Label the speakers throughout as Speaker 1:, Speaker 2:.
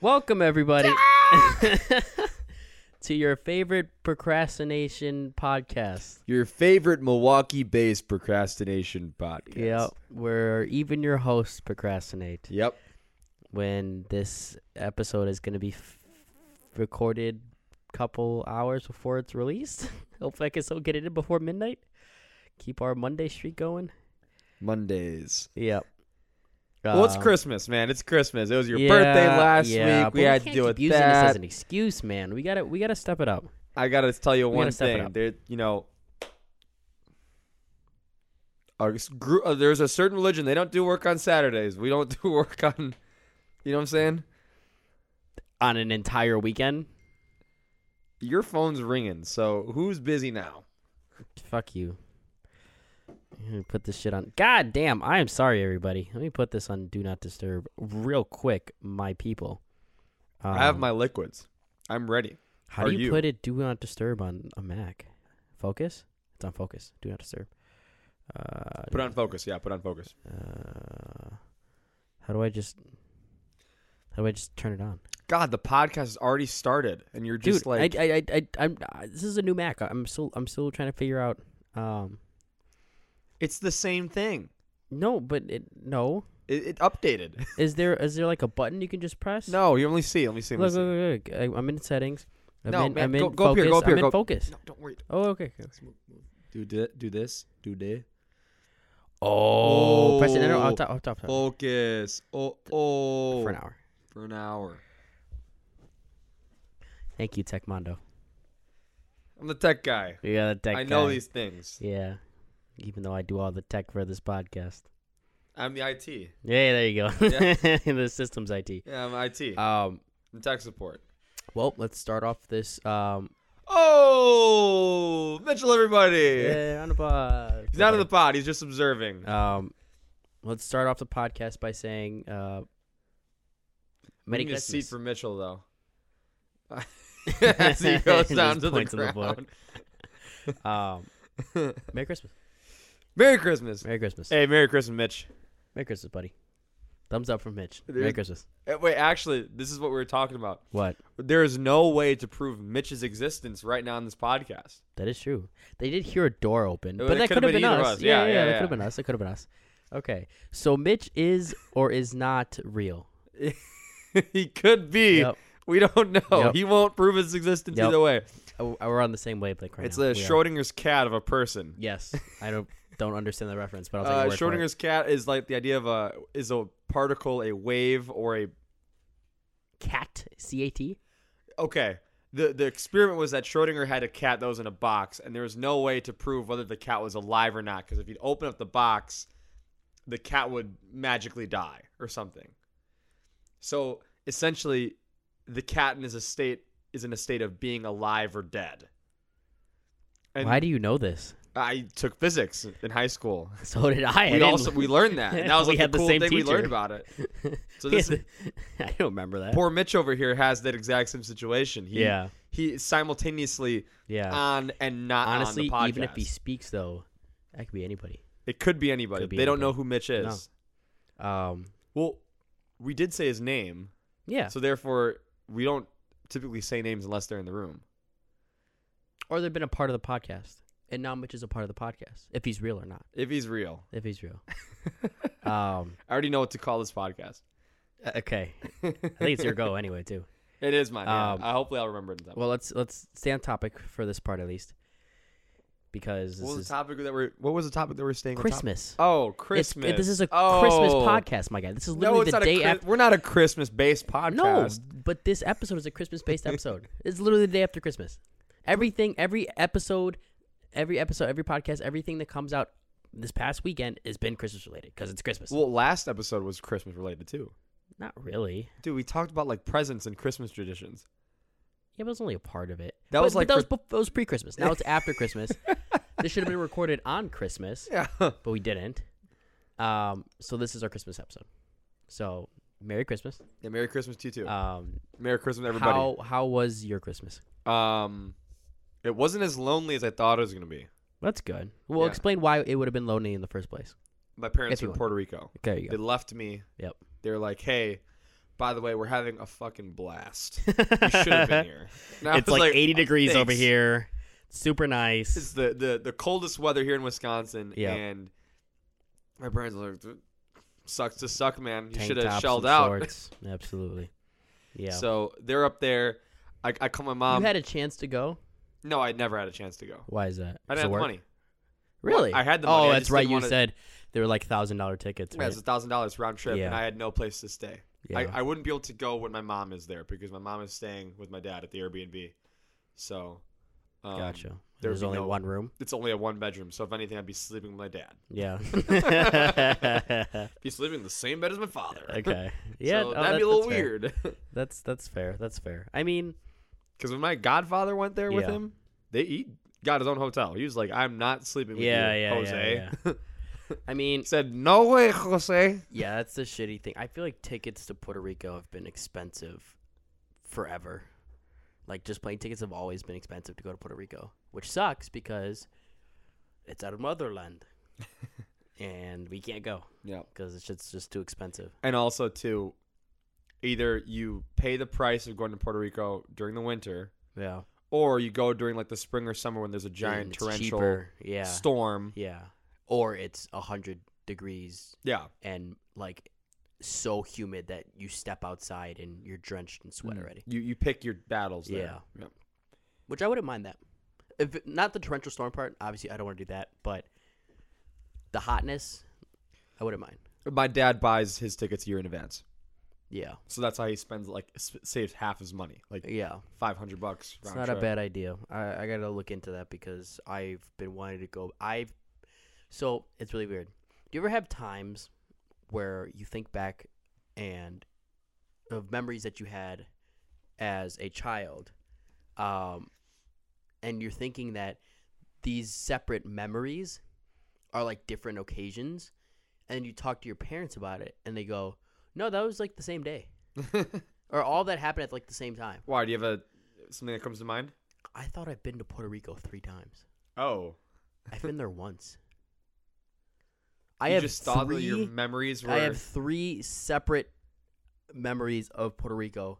Speaker 1: Welcome everybody to your favorite procrastination podcast.
Speaker 2: Your favorite Milwaukee based procrastination podcast.
Speaker 1: Yep, where even your hosts procrastinate.
Speaker 2: Yep.
Speaker 1: When this episode is going to be f- recorded couple hours before it's released. Hopefully I can still get it in before midnight. Keep our Monday streak going.
Speaker 2: Mondays.
Speaker 1: Yep.
Speaker 2: well, it's
Speaker 1: Um,
Speaker 2: Christmas, man. It's Christmas. It was your birthday
Speaker 1: yeah,
Speaker 2: last
Speaker 1: yeah,
Speaker 2: week.
Speaker 1: but
Speaker 2: We had to
Speaker 1: can't
Speaker 2: deal
Speaker 1: keep
Speaker 2: with
Speaker 1: using this as
Speaker 2: that.
Speaker 1: an excuse, man. We gotta we gotta step it up.
Speaker 2: I gotta tell you
Speaker 1: gotta
Speaker 2: one
Speaker 1: step it
Speaker 2: thing.
Speaker 1: up.
Speaker 2: There, you know, our s- gr- uh, there's a certain religion. They don't do work on Saturdays. We don't do work on. You know what I'm saying?
Speaker 1: On an entire weekend?
Speaker 2: Your phone's ringing. So who's busy now?
Speaker 1: Fuck you. Let me put this shit on. God damn, I am sorry, everybody. Let me put this on Do Not Disturb real quick, my people.
Speaker 2: I have
Speaker 1: Um,
Speaker 2: my liquids. I'm ready.
Speaker 1: How
Speaker 2: are
Speaker 1: do you,
Speaker 2: you?
Speaker 1: put it Do Not Disturb on a Mac? Focus? It's on Focus. Do Not Disturb. Uh,
Speaker 2: Put on focus. Yeah, put on focus.
Speaker 1: Uh, how do I just. How do I just turn it on?
Speaker 2: God, the podcast has already started, and you're
Speaker 1: Dude,
Speaker 2: just like
Speaker 1: I, I, I, I, I'm. I, this is a new Mac. I'm still, I'm still trying to figure out. Um,
Speaker 2: it's the same thing.
Speaker 1: no, but it, no.
Speaker 2: It, it updated.
Speaker 1: Is there, is there like a button you can just press?
Speaker 2: no, you only see. Let me see.
Speaker 1: Look,
Speaker 2: Let me see.
Speaker 1: look, look, look. I, I'm in settings. I'm
Speaker 2: No,
Speaker 1: in,
Speaker 2: man,
Speaker 1: I'm in
Speaker 2: go- go
Speaker 1: focus.
Speaker 2: up here, go up here,
Speaker 1: I'm
Speaker 2: go-
Speaker 1: in focus.
Speaker 2: No, don't worry.
Speaker 1: Oh, okay. okay.
Speaker 2: Do thi- do this. Do this.
Speaker 1: Oh, press it enter,
Speaker 2: Oh.
Speaker 1: up top, up top, up top.
Speaker 2: Focus. Oh, oh.
Speaker 1: for an hour.
Speaker 2: For an hour.
Speaker 1: Thank you, Techmondo.
Speaker 2: I'm the tech guy.
Speaker 1: Yeah, the tech.
Speaker 2: I know
Speaker 1: guy.
Speaker 2: these things.
Speaker 1: Yeah, even though I do all the tech for this podcast.
Speaker 2: I'm the IT.
Speaker 1: Yeah, there you go. the systems IT.
Speaker 2: Yeah, I'm IT.
Speaker 1: Um,
Speaker 2: I'm tech support.
Speaker 1: well, let's start off this. Um,
Speaker 2: Oh, Mitchell, everybody.
Speaker 1: yeah, round of applause.
Speaker 2: He's not in the pod. He's just observing.
Speaker 1: Um, let's start off the podcast by saying, uh,
Speaker 2: We
Speaker 1: Merry
Speaker 2: need a seat
Speaker 1: Christmas.
Speaker 2: for Mitchell though. As he goes
Speaker 1: Just
Speaker 2: down to the
Speaker 1: points to the
Speaker 2: ground.
Speaker 1: um, Merry Christmas.
Speaker 2: Merry Christmas.
Speaker 1: Merry Christmas.
Speaker 2: Hey, Merry Christmas, Mitch.
Speaker 1: Merry Christmas, buddy. Thumbs up from Mitch. Merry
Speaker 2: Dude.
Speaker 1: Christmas.
Speaker 2: Eh, Wait, actually, this is what we were talking about.
Speaker 1: What?
Speaker 2: There is no way to prove Mitch's existence right now in this podcast.
Speaker 1: That is true. They did hear a door open,
Speaker 2: Oh,
Speaker 1: but
Speaker 2: it
Speaker 1: that could
Speaker 2: could've
Speaker 1: have been,
Speaker 2: been either
Speaker 1: us.
Speaker 2: of us. Yeah, yeah,
Speaker 1: that
Speaker 2: yeah.
Speaker 1: could have been us. It could have been us. Okay, so Mitch is or is not real.
Speaker 2: he could be.
Speaker 1: Yep.
Speaker 2: We don't know.
Speaker 1: Yep.
Speaker 2: He won't prove his existence
Speaker 1: Yep.
Speaker 2: either way.
Speaker 1: Oh, We're on the same wavelength right
Speaker 2: it's
Speaker 1: now.
Speaker 2: a
Speaker 1: We are.
Speaker 2: Schrodinger's cat of a person.
Speaker 1: Yes, I don't don't understand the reference, but I'll take
Speaker 2: Uh,
Speaker 1: your word for it.
Speaker 2: Schrodinger's cat is like the idea of a is a particle, a wave, or a
Speaker 1: cat c a t.
Speaker 2: okay. The the experiment was that Schrodinger had a cat that was in a box, and there was no way to prove whether the cat was alive or not. Because if you'd open up the box, the cat would magically die or something. So essentially, the cat in is a state is in a state of being alive or dead. And
Speaker 1: Why do you know this?
Speaker 2: I took physics in high school.
Speaker 1: So did I. I
Speaker 2: We
Speaker 1: didn't-
Speaker 2: also we learned that. And that was
Speaker 1: We
Speaker 2: like
Speaker 1: had the
Speaker 2: the cool
Speaker 1: same
Speaker 2: thing we
Speaker 1: teacher.
Speaker 2: learned about it. So
Speaker 1: We
Speaker 2: this
Speaker 1: had the- I don't remember that.
Speaker 2: poor Mitch over here has that exact same situation. He,
Speaker 1: Yeah.
Speaker 2: He is simultaneously
Speaker 1: yeah.
Speaker 2: uh, on and not
Speaker 1: Honestly,
Speaker 2: on the podcast.
Speaker 1: even if he speaks, though, that could be anybody.
Speaker 2: it could be anybody.
Speaker 1: Could be
Speaker 2: they don't
Speaker 1: anybody.
Speaker 2: know who Mitch is.
Speaker 1: Um,
Speaker 2: Well, we did say his name,
Speaker 1: yeah.
Speaker 2: so therefore we don't typically say names unless they're in the room.
Speaker 1: or they've been a part of the podcast, and now Mitch is a part of the podcast, if he's real or not.
Speaker 2: If he's real,
Speaker 1: If he's real. um.
Speaker 2: I already know what to call this podcast. Uh,
Speaker 1: Okay. I think it's your go anyway, too.
Speaker 2: It is mine. yeah.
Speaker 1: Um,
Speaker 2: I hopefully I'll remember it. In time.
Speaker 1: Well, let's let's stay on topic for this part at least, because this
Speaker 2: what was
Speaker 1: is
Speaker 2: the topic that we're? What was the topic that we're staying? on top-
Speaker 1: Christmas.
Speaker 2: Oh,
Speaker 1: It's-
Speaker 2: Christmas.
Speaker 1: it- this is a
Speaker 2: oh.
Speaker 1: Christmas podcast, my guy. This is literally
Speaker 2: No, it's
Speaker 1: the
Speaker 2: not
Speaker 1: day
Speaker 2: a, Chris-
Speaker 1: after.
Speaker 2: We're not a Christmas-based podcast.
Speaker 1: No, but this episode is a Christmas-based episode. it's literally the day after Christmas. Everything, every episode, every episode, every podcast, everything that comes out this past weekend has been Christmas-related because it's Christmas.
Speaker 2: Well, last episode was Christmas related too.
Speaker 1: Not really.
Speaker 2: Dude, we talked about like presents and Christmas traditions.
Speaker 1: Yeah, but it was only a part of it.
Speaker 2: That
Speaker 1: But-
Speaker 2: was like
Speaker 1: but that
Speaker 2: for-
Speaker 1: was, bef- that was pre-Christmas. Now it's after Christmas. This should have been recorded on Christmas.
Speaker 2: Yeah.
Speaker 1: but we didn't. Um, so this is our Christmas episode. So Merry Christmas.
Speaker 2: yeah. Merry Christmas to you too.
Speaker 1: Um,
Speaker 2: Merry Christmas, everybody.
Speaker 1: how how was your Christmas?
Speaker 2: Um, it wasn't as lonely as I thought it was gonna be.
Speaker 1: That's good. Well,
Speaker 2: Yeah.
Speaker 1: explain why it would have been lonely in the first place.
Speaker 2: My parents
Speaker 1: If you
Speaker 2: were in
Speaker 1: would.
Speaker 2: Puerto Rico.
Speaker 1: There you
Speaker 2: They
Speaker 1: go.
Speaker 2: left me.
Speaker 1: Yep.
Speaker 2: They were like, "Hey, by the way, we're having a fucking blast. You should have been here. And I
Speaker 1: it's
Speaker 2: was
Speaker 1: like, 80
Speaker 2: "Oh,
Speaker 1: degrees over
Speaker 2: thanks."
Speaker 1: here. Super nice.
Speaker 2: This is the, the, the coldest weather here in Wisconsin.
Speaker 1: Yeah.
Speaker 2: And my parents are like, "Dude, sucks to suck, man. You
Speaker 1: Tank
Speaker 2: should have
Speaker 1: tops
Speaker 2: shelled
Speaker 1: and
Speaker 2: out.
Speaker 1: shorts. Absolutely. Yeah.
Speaker 2: So um, they're up there. I, I call my mom.
Speaker 1: you had a chance to go.
Speaker 2: no, I never had a chance to go.
Speaker 1: Why is that?
Speaker 2: I
Speaker 1: Does it
Speaker 2: didn't have the
Speaker 1: work?
Speaker 2: money.
Speaker 1: Really?
Speaker 2: I had the money,
Speaker 1: Oh,
Speaker 2: I
Speaker 1: that's
Speaker 2: just
Speaker 1: right.
Speaker 2: didn't
Speaker 1: You
Speaker 2: wanna-
Speaker 1: said they were like thousand dollar tickets.
Speaker 2: Yeah,
Speaker 1: Right?
Speaker 2: it's a thousand dollars round trip, and
Speaker 1: Yeah.
Speaker 2: I had no place to stay.
Speaker 1: Yeah.
Speaker 2: I, I wouldn't be able to go when my mom is there because my mom is staying with my dad at the Airbnb. So, um,
Speaker 1: gotcha.
Speaker 2: there'd
Speaker 1: There's
Speaker 2: be
Speaker 1: only
Speaker 2: no-
Speaker 1: one room.
Speaker 2: It's only a one bedroom, so if anything, I'd be sleeping with my dad.
Speaker 1: Yeah.
Speaker 2: He's sleeping in the same bed as my father.
Speaker 1: okay. Yeah.
Speaker 2: so
Speaker 1: oh,
Speaker 2: that'd
Speaker 1: that-
Speaker 2: be a little
Speaker 1: that's fair.
Speaker 2: weird.
Speaker 1: That's that's fair. That's fair. I mean,
Speaker 2: Because when my godfather went there with
Speaker 1: Yeah.
Speaker 2: him, they he got his own hotel. He was like, "I'm not sleeping with
Speaker 1: Yeah,
Speaker 2: you,
Speaker 1: yeah, yeah,
Speaker 2: Jose."
Speaker 1: I mean,
Speaker 2: he said, "No way, Jose."
Speaker 1: yeah, that's the shitty thing. I feel like tickets to Puerto Rico have been expensive forever. Like just plane tickets have always been expensive to go to Puerto Rico, which sucks because it's our motherland, and we can't go
Speaker 2: Yeah.
Speaker 1: because it's just just too expensive.
Speaker 2: And also too, either you pay the price of going to Puerto Rico during the winter,
Speaker 1: Yeah.
Speaker 2: or you go during like the spring or summer when there's a giant
Speaker 1: and it's
Speaker 2: torrential
Speaker 1: cheaper. Yeah.
Speaker 2: storm.
Speaker 1: yeah. Or it's a hundred degrees
Speaker 2: Yeah.
Speaker 1: and like so humid that you step outside and you're drenched in sweat already.
Speaker 2: You you pick your battles. There.
Speaker 1: Yeah.
Speaker 2: Yep.
Speaker 1: Which I wouldn't mind that. If it- not the torrential storm part, obviously I don't want to do that, but the hotness, I wouldn't mind.
Speaker 2: My dad buys his tickets a year in advance,
Speaker 1: Yeah.
Speaker 2: so that's how he spends like s- saves half his money, like
Speaker 1: Yeah.
Speaker 2: five hundred bucks.
Speaker 1: It's
Speaker 2: round
Speaker 1: not a
Speaker 2: trip.
Speaker 1: bad idea. I, I gotta look into that because I've been wanting to go. I've so it's really weird. Do you ever have times where you think back and of memories that you had as a child, um, and you're thinking that these separate memories are like different occasions, and you talk to your parents about it, and they go, "No, that was like the same day." Or all that happened at like the same time.
Speaker 2: Why do you have a something that comes to mind?
Speaker 1: I thought I've been to Puerto Rico three times.
Speaker 2: Oh,
Speaker 1: I've been there once. I
Speaker 2: you
Speaker 1: have
Speaker 2: just thought that
Speaker 1: three.
Speaker 2: your memories were.
Speaker 1: I have three separate memories of Puerto Rico,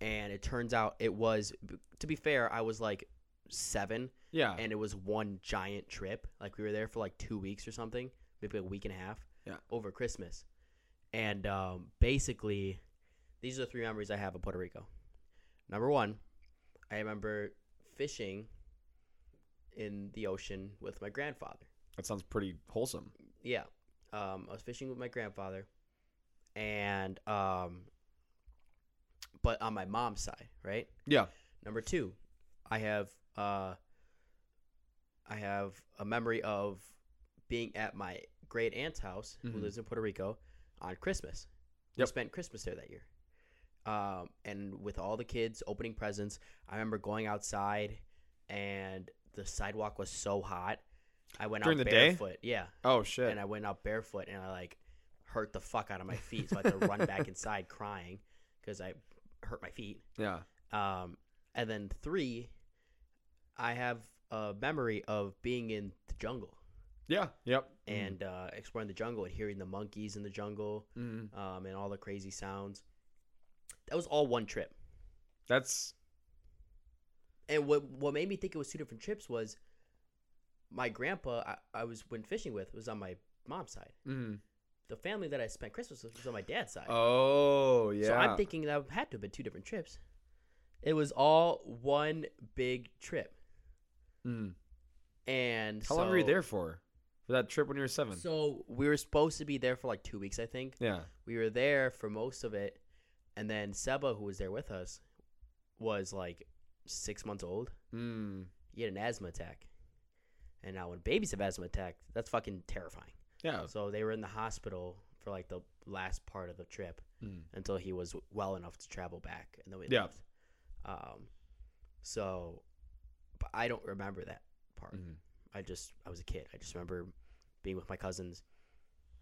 Speaker 1: and it turns out it was. To be fair, I was like seven,
Speaker 2: yeah,
Speaker 1: and it was one giant trip. Like we were there for like two weeks or something, maybe a week and a half.
Speaker 2: Yeah.
Speaker 1: Over Christmas, and um, basically, these are the three memories I have of Puerto Rico. Number one, I remember fishing in the ocean with my grandfather.
Speaker 2: that sounds pretty wholesome.
Speaker 1: Yeah. Um, I was fishing with my grandfather, and um, but on my mom's side, right?
Speaker 2: Yeah,
Speaker 1: Number two, I have uh, I have a memory of being at my great aunt's house, who
Speaker 2: Mhm.
Speaker 1: lives in Puerto Rico, on Christmas. We
Speaker 2: Yep.
Speaker 1: spent Christmas there that year, um, and with all the kids opening presents. I remember going outside, and the sidewalk was so hot. I went
Speaker 2: During
Speaker 1: out
Speaker 2: the day?
Speaker 1: barefoot. Yeah
Speaker 2: Oh shit.
Speaker 1: and I went out barefoot and I like hurt the fuck out of my feet, so I had to run back inside crying because I hurt my feet.
Speaker 2: yeah.
Speaker 1: Um, and then three, I have a memory of being in the jungle
Speaker 2: Yeah. Yep.
Speaker 1: and uh, exploring the jungle and hearing the monkeys in the jungle
Speaker 2: Mm.
Speaker 1: um, and all the crazy sounds. That was all one trip.
Speaker 2: that's
Speaker 1: And what what made me think it was two different trips was my grandpa I, I was when fishing with was on my mom's side.
Speaker 2: mm.
Speaker 1: The family that I spent Christmas with was on my dad's side.
Speaker 2: Oh yeah.
Speaker 1: So I'm thinking that had to have been two different trips. It was all one big trip,
Speaker 2: Mm.
Speaker 1: and
Speaker 2: How long were you
Speaker 1: so-
Speaker 2: there for? For that trip when you were seven?
Speaker 1: So we were supposed to be there for like two weeks, I think.
Speaker 2: yeah.
Speaker 1: We were there for most of it, and then Seba, who was there with us, was like six months old.
Speaker 2: Mm.
Speaker 1: He had an asthma attack, and now when babies have asthma attack, that's fucking terrifying.
Speaker 2: Yeah.
Speaker 1: So they were in the hospital for like the last part of the trip.
Speaker 2: Mm.
Speaker 1: until he was well enough to travel back, and then we
Speaker 2: Yeah.
Speaker 1: left. Um, so, but I don't remember that part.
Speaker 2: Mhm.
Speaker 1: I just I was a kid. I just remember being with my cousins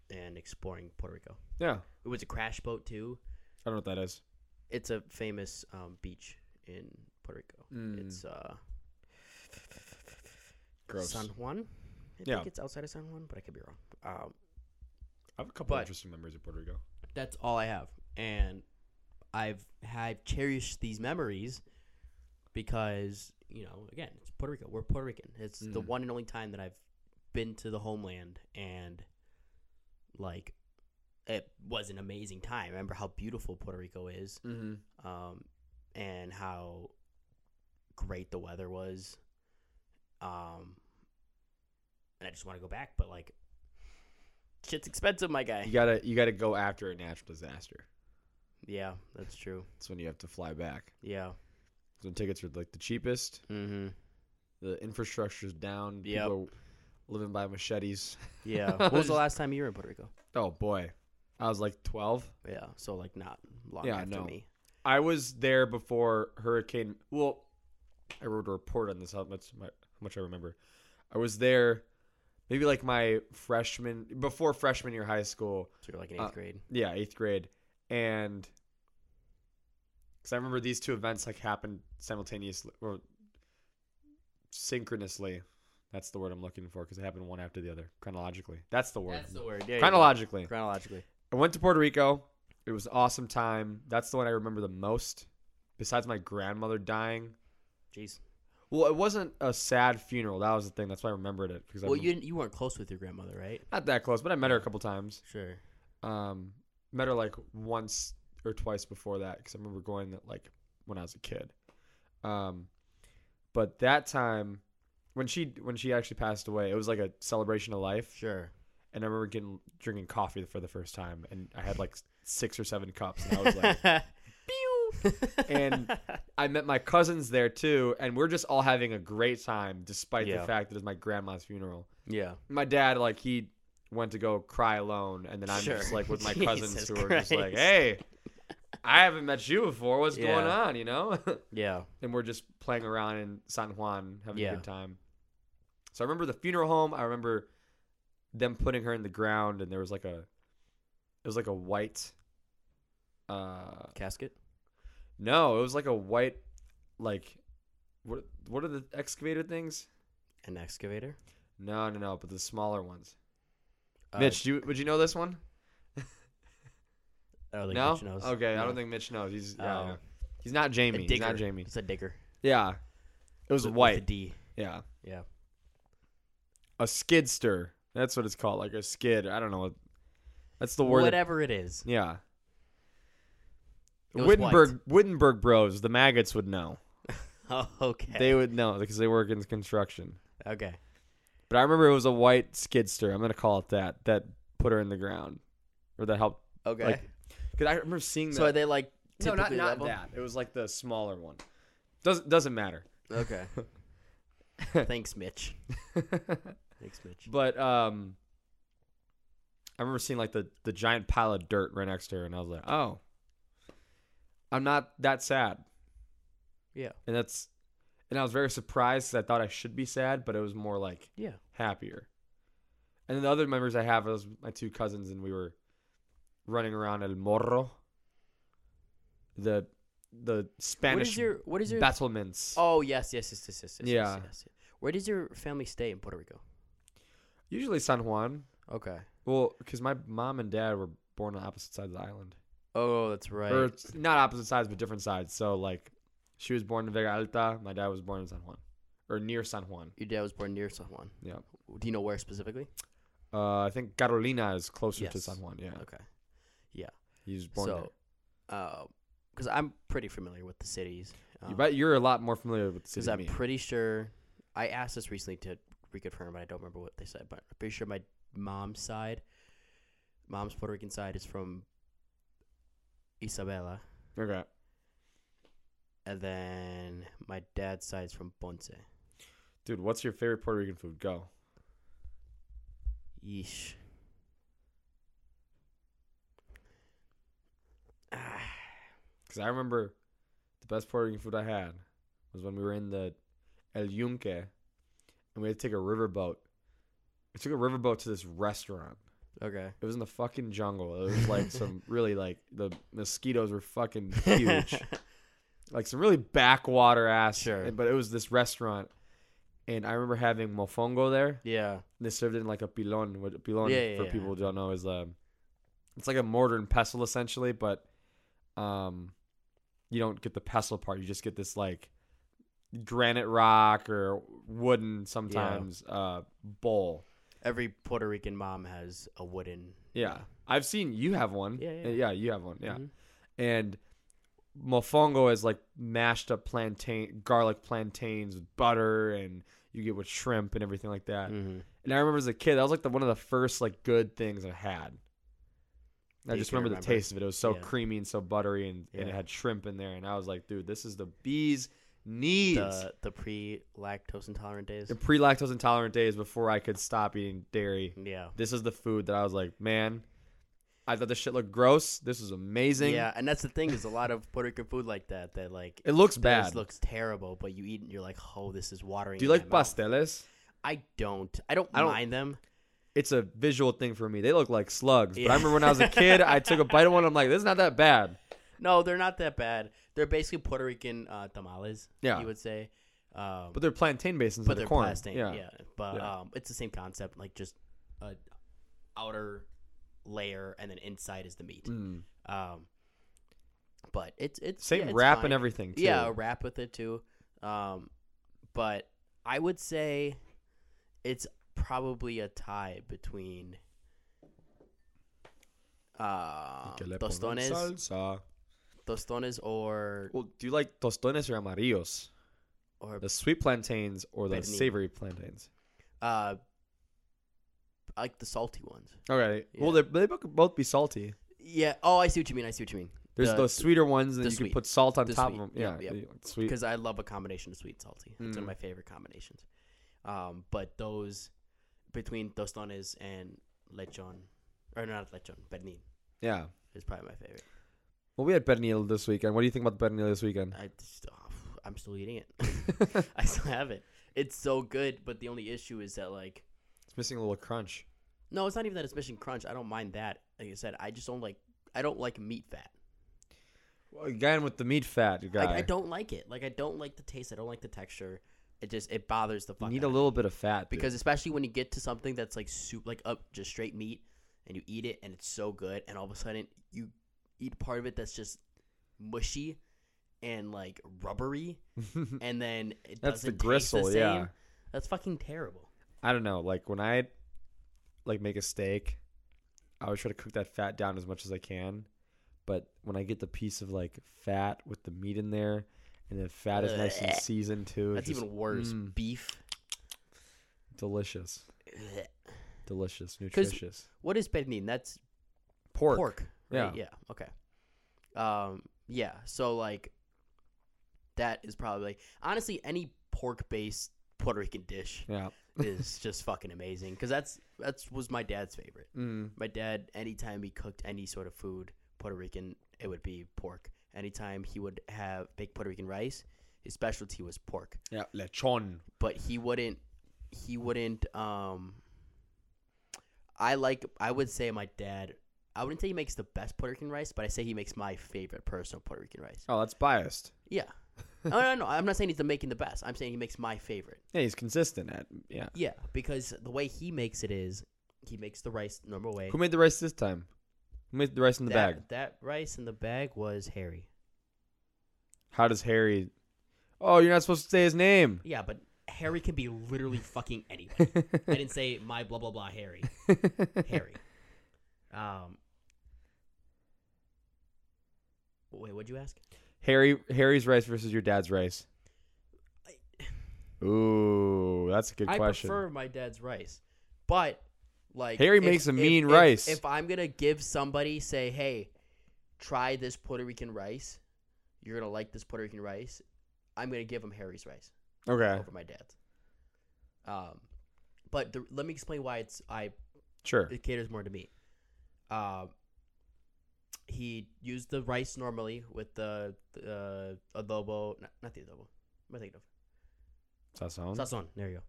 Speaker 1: and exploring Puerto Rico.
Speaker 2: Yeah.
Speaker 1: It was a crash boat too.
Speaker 2: I don't know what that is.
Speaker 1: It's a famous um, beach in Puerto Rico.
Speaker 2: Mm.
Speaker 1: It's uh,
Speaker 2: Gross.
Speaker 1: San Juan. I
Speaker 2: Yeah.
Speaker 1: think it's outside of San Juan, but I could be wrong. Um,
Speaker 2: I have a couple
Speaker 1: but-
Speaker 2: interesting memories of Puerto Rico.
Speaker 1: that's all I have, and I've had cherished these memories because you know again it's Puerto Rico. We're Puerto Rican. It's the
Speaker 2: Mm.
Speaker 1: one and only time that I've been to the homeland and like it was an amazing time. I remember how beautiful Puerto Rico is
Speaker 2: Mm-hmm.
Speaker 1: um, and how great the weather was. Um, and I just want to go back, but like, shit's expensive, my guy.
Speaker 2: You gotta you gotta go after a natural disaster.
Speaker 1: Yeah, that's true.
Speaker 2: That's when you have to fly back.
Speaker 1: Yeah.
Speaker 2: That's when tickets are like the cheapest.
Speaker 1: Mm-hmm.
Speaker 2: The infrastructure's down.
Speaker 1: Yep.
Speaker 2: People are living by machetes.
Speaker 1: Yeah. when was the last time you were in Puerto Rico?
Speaker 2: Oh boy, I was like twelve.
Speaker 1: Yeah. So like, not long
Speaker 2: Yeah,
Speaker 1: after
Speaker 2: no.
Speaker 1: me.
Speaker 2: I was there before Hurricane. Well, I wrote a report on this. How much my, how much I remember. I was there, maybe like my freshman before freshman year of high school.
Speaker 1: So you're like in eighth
Speaker 2: Uh,
Speaker 1: grade.
Speaker 2: Yeah, eighth grade, and because I remember these two events like happened simultaneously or synchronously. That's the word I'm looking for because it happened one after the other chronologically. That's the word.
Speaker 1: word. Yeah.
Speaker 2: chronologically.
Speaker 1: Chronologically.
Speaker 2: I went to Puerto Rico. It was an awesome time. That's the one I remember the most. Besides my grandmother dying.
Speaker 1: Jeez.
Speaker 2: Well, it wasn't a sad funeral. That was the thing. That's why I remembered it because
Speaker 1: Well,
Speaker 2: I'm
Speaker 1: you didn't, you weren't close with your grandmother, right?
Speaker 2: not that close, but I met her a couple times.
Speaker 1: Sure.
Speaker 2: Um, met her like once or twice before that because I remember going that like when I was a kid. Um, but that time when she when she actually passed away, it was like a celebration of life.
Speaker 1: Sure.
Speaker 2: And I remember getting drinking coffee for the first time, and I had like six or seven cups, and I was like. And- I met my cousins there too, and we're just all having a great time, despite
Speaker 1: Yeah.
Speaker 2: the fact that it's my grandma's funeral.
Speaker 1: yeah.
Speaker 2: My dad, like, he went to go cry alone, and then I'm
Speaker 1: Sure.
Speaker 2: just like with my
Speaker 1: Jesus
Speaker 2: cousins who are just like,
Speaker 1: Christ.
Speaker 2: "Hey, I haven't met you before. What's going
Speaker 1: Yeah.
Speaker 2: on?" You know,
Speaker 1: Yeah.
Speaker 2: and we're just playing around in San Juan, having
Speaker 1: Yeah.
Speaker 2: a good time. So I remember the funeral home. I remember them putting her in the ground, and there was like a, it was like a white, uh,
Speaker 1: Casket.
Speaker 2: no, it was like a white, like, what? What are the excavator things?
Speaker 1: An excavator.
Speaker 2: No, no, no. But the smaller ones.
Speaker 1: Uh,
Speaker 2: Mitch, do you, would you know this one?
Speaker 1: I don't think
Speaker 2: no.
Speaker 1: oh, Mitch knows.
Speaker 2: Okay, I
Speaker 1: No.
Speaker 2: don't think Mitch knows. He's yeah,
Speaker 1: Oh.
Speaker 2: yeah. he's not
Speaker 1: A
Speaker 2: Jamie. He's
Speaker 1: digger.
Speaker 2: not Jamie.
Speaker 1: It's a digger.
Speaker 2: Yeah, it was
Speaker 1: With- with a
Speaker 2: white.
Speaker 1: D.
Speaker 2: Yeah,
Speaker 1: Yeah.
Speaker 2: a skidster. That's what it's called. Like a skid. I don't know. what- That's the word. that-
Speaker 1: Whatever it is.
Speaker 2: yeah.
Speaker 1: It was white.
Speaker 2: Wittenberg Wittenberg Bros. The maggots would know.
Speaker 1: Oh, okay.
Speaker 2: They would know because they work in construction.
Speaker 1: okay.
Speaker 2: But I remember it was a white skidster. I'm gonna call it that. That put her in the ground, or that helped.
Speaker 1: Okay.
Speaker 2: Like, Because I remember seeing that.
Speaker 1: so are they like
Speaker 2: no,
Speaker 1: typically
Speaker 2: not
Speaker 1: level?
Speaker 2: not that. It was like the smaller one. Doesn't doesn't matter.
Speaker 1: Okay. Thanks, Mitch. Thanks, Mitch.
Speaker 2: but um, I remember seeing like the the giant pile of dirt right next to her, and I was like, oh, I'm not that sad.
Speaker 1: Yeah.
Speaker 2: And that's, and I was very surprised. 'cause I thought I should be sad, but it was more like
Speaker 1: Yeah.
Speaker 2: happier. And then the other memories I have was my two cousins and we were running around El Morro. The the
Speaker 1: What
Speaker 2: Spanish
Speaker 1: is your What is your?
Speaker 2: battlements.
Speaker 1: oh yes, yes, yes, yes, yes, yes.
Speaker 2: Yeah.
Speaker 1: Yes, yes. Where does your family stay in Puerto Rico?
Speaker 2: Usually San Juan.
Speaker 1: Okay.
Speaker 2: Well, because my mom and dad were born on opposite sides of the island,
Speaker 1: Oh, that's right.
Speaker 2: or it's not opposite sides but different sides. So like, she was born in Vega Alta. My dad was born in San Juan, or near San Juan.
Speaker 1: your dad was born near someone.
Speaker 2: Yeah.
Speaker 1: Do you know where specifically?
Speaker 2: Uh, I think Carolina is closer to
Speaker 1: Yes.
Speaker 2: San Juan. Yeah,
Speaker 1: Okay.
Speaker 2: he was born
Speaker 1: so,
Speaker 2: there.
Speaker 1: because I'm pretty familiar with the cities.
Speaker 2: You
Speaker 1: um,
Speaker 2: bet you're a lot more familiar with the city
Speaker 1: Because
Speaker 2: than
Speaker 1: I'm
Speaker 2: me.
Speaker 1: pretty sure I asked this recently to reconfirm, but I don't remember what they said. But I'm pretty sure my mom's side, mom's Puerto Rican side, is from Isabela,
Speaker 2: okay.
Speaker 1: and then my dad's side is from Ponce.
Speaker 2: Dude, what's your favorite Puerto Rican food? Go.
Speaker 1: Yeesh. Ah,
Speaker 2: Because I remember the best Puerto Rican food I had was when we were in the El Yunque and we had to take a riverboat. We took a riverboat to this restaurant.
Speaker 1: okay.
Speaker 2: It was in the fucking jungle. It was like some really like the mosquitoes were fucking huge. like some really backwater ass.
Speaker 1: Sure.
Speaker 2: But it was this restaurant. And I remember having mofongo there.
Speaker 1: yeah.
Speaker 2: They served it in like a pilon. What a pilon
Speaker 1: Yeah, yeah,
Speaker 2: for
Speaker 1: yeah.
Speaker 2: people who don't know is um, it's like a mortar and pestle essentially, but um, you don't get the pestle part. You just get this like granite rock or wooden sometimes uh, bowl.
Speaker 1: Every Puerto Rican mom has a wooden.
Speaker 2: Yeah. I've seen you have one.
Speaker 1: Yeah, yeah.
Speaker 2: Uh, yeah you have one. Yeah.
Speaker 1: Mhm.
Speaker 2: And mofongo is like mashed up plantain, garlic plantains with butter, and you get with shrimp and everything like that.
Speaker 1: Mm-hmm.
Speaker 2: And I remember as a kid, that was like the one of the first like good things I had. I
Speaker 1: You
Speaker 2: just
Speaker 1: can
Speaker 2: remember, the
Speaker 1: remember.
Speaker 2: taste of it. It was so
Speaker 1: Yeah.
Speaker 2: creamy and so buttery, and, and it
Speaker 1: Yeah.
Speaker 2: had shrimp in there. And I was like, dude, this is the bee's knees.
Speaker 1: The the pre lactose intolerant days.
Speaker 2: The pre lactose intolerant days before I could stop eating dairy
Speaker 1: Yeah.
Speaker 2: this is the food that I was like, man, I thought this shit looked gross. This is amazing.
Speaker 1: Yeah, and that's the thing is a lot of Puerto Rican food like that that like
Speaker 2: It looks
Speaker 1: that just
Speaker 2: bad.
Speaker 1: looks terrible, but you eat and you're like, oh, this is watering.
Speaker 2: Do you
Speaker 1: in
Speaker 2: like
Speaker 1: my mouth."
Speaker 2: pasteles?
Speaker 1: I don't. I don't
Speaker 2: I don't-
Speaker 1: mind them.
Speaker 2: It's a visual thing for me. They look like slugs. But
Speaker 1: Yeah.
Speaker 2: I remember when I was a kid, I took a bite of one. I'm like, this is not that bad.
Speaker 1: No, they're not that bad. They're basically Puerto Rican uh, tamales.
Speaker 2: Yeah.
Speaker 1: you would say. Um,
Speaker 2: But they're plantain based instead
Speaker 1: but
Speaker 2: of
Speaker 1: they're
Speaker 2: corn.
Speaker 1: plastic. Yeah.
Speaker 2: Yeah.
Speaker 1: but
Speaker 2: Yeah.
Speaker 1: Um, it's the same concept, like just a outer layer, and then inside is the meat.
Speaker 2: Mm.
Speaker 1: Um, but it's it's
Speaker 2: Same
Speaker 1: yeah, it's
Speaker 2: wrap
Speaker 1: fine.
Speaker 2: and everything. Too.
Speaker 1: Yeah, a wrap with it too. Um, but I would say it's probably a tie between uh,
Speaker 2: Que le ponen
Speaker 1: tostones,
Speaker 2: salsa.
Speaker 1: tostones, or
Speaker 2: Well, do you like tostones or amarillos?
Speaker 1: or
Speaker 2: The sweet plantains or the
Speaker 1: Pernil.
Speaker 2: savory plantains?
Speaker 1: uh, I like the salty ones.
Speaker 2: Okay.
Speaker 1: Yeah.
Speaker 2: Well, they they both could both be salty.
Speaker 1: Yeah. Oh, I see what you mean. I see what you mean.
Speaker 2: There's
Speaker 1: The-
Speaker 2: those sweeter ones, and
Speaker 1: the
Speaker 2: you
Speaker 1: sweet.
Speaker 2: can put salt on
Speaker 1: The
Speaker 2: top
Speaker 1: sweet.
Speaker 2: of them. Yeah,
Speaker 1: Yep, yep.
Speaker 2: the sweet.
Speaker 1: because I love a combination of sweet and salty. It's one of my favorite combinations. Um, but those between tostones and lechon, or not lechon, pernil
Speaker 2: Yeah.
Speaker 1: is probably my favorite.
Speaker 2: Well, we had pernil this weekend. What do you think about the pernil this weekend?
Speaker 1: I just, oh, I'm still eating it. I still have it. It's so good, but the only issue is that like,
Speaker 2: It's missing a little crunch.
Speaker 1: no, it's not even that it's mission crunch. I don't mind that. Like I said, I just don't like. I don't like meat fat.
Speaker 2: Well, again with the meat fat, you
Speaker 1: Like
Speaker 2: guy.
Speaker 1: I don't like it. Like I don't like the taste. I don't like the texture. It just it bothers the
Speaker 2: you
Speaker 1: fuck.
Speaker 2: need
Speaker 1: out
Speaker 2: a
Speaker 1: of me.
Speaker 2: little bit of fat dude.
Speaker 1: because especially when you get to something that's like soup like up just straight meat and you eat it and it's so good and all of a sudden you eat part of it that's just mushy and like rubbery and then it
Speaker 2: that's the
Speaker 1: doesn't
Speaker 2: gristle.
Speaker 1: taste the same.
Speaker 2: yeah,
Speaker 1: that's fucking terrible
Speaker 2: I don't know. Like when I like make a steak, I always try to cook that fat down as much as I can. But when I get the piece of like fat with the meat in there, and then fat is nice and
Speaker 1: Blech.
Speaker 2: seasoned too. it's
Speaker 1: that's
Speaker 2: just
Speaker 1: even worse
Speaker 2: mm.
Speaker 1: beef
Speaker 2: delicious,
Speaker 1: Blech.
Speaker 2: delicious, nutritious.
Speaker 1: what is pernil that's
Speaker 2: Pork.
Speaker 1: right? yeah okay um yeah so like that is probably honestly any pork based puerto rican dish
Speaker 2: Yeah.
Speaker 1: is just fucking amazing because that's that's was my dad's favorite.
Speaker 2: Mm.
Speaker 1: My dad, anytime he cooked any sort of food Puerto Rican, it would be pork. Anytime he would have make Puerto Rican rice, his specialty was pork.
Speaker 2: Yeah. Lechon.
Speaker 1: But he wouldn't. He wouldn't. Um, I like. I would say my dad. I wouldn't say he makes the best Puerto Rican rice, but I say he makes my favorite personal Puerto Rican rice.
Speaker 2: Oh, that's biased.
Speaker 1: Yeah. no, no, no. I'm not saying he's the making the best. I'm saying he makes my favorite.
Speaker 2: Yeah, he's consistent at yeah.
Speaker 1: Yeah, because the way he makes it is he makes the rice the normal way.
Speaker 2: Who made the rice this time? Who made the rice in the
Speaker 1: that,
Speaker 2: bag?
Speaker 1: That rice in the bag was Harry.
Speaker 2: How does Harry? Oh, you're not supposed to say his name.
Speaker 1: Yeah, but Harry can be literally fucking anyone. I didn't say my blah blah blah Harry. Harry. Um. Wait, what'd you ask?
Speaker 2: Harry. Harry's rice versus your dad's rice.
Speaker 1: I-
Speaker 2: Ooh, that's a good
Speaker 1: I
Speaker 2: question.
Speaker 1: prefer my dad's rice, but like
Speaker 2: Harry makes a mean
Speaker 1: if-
Speaker 2: rice.
Speaker 1: If I'm gonna give somebody say, "Hey, try this Puerto Rican rice," you're gonna like this Puerto Rican rice. I'm gonna give him Harry's rice
Speaker 2: okay,
Speaker 1: over my dad's. Um, but the, let me explain why it's I
Speaker 2: sure.
Speaker 1: it caters more to me. Um, he used the rice normally with the uh, adobo, not, not the adobo. What am I thinking of?
Speaker 2: Sazon.
Speaker 1: Sazon. There you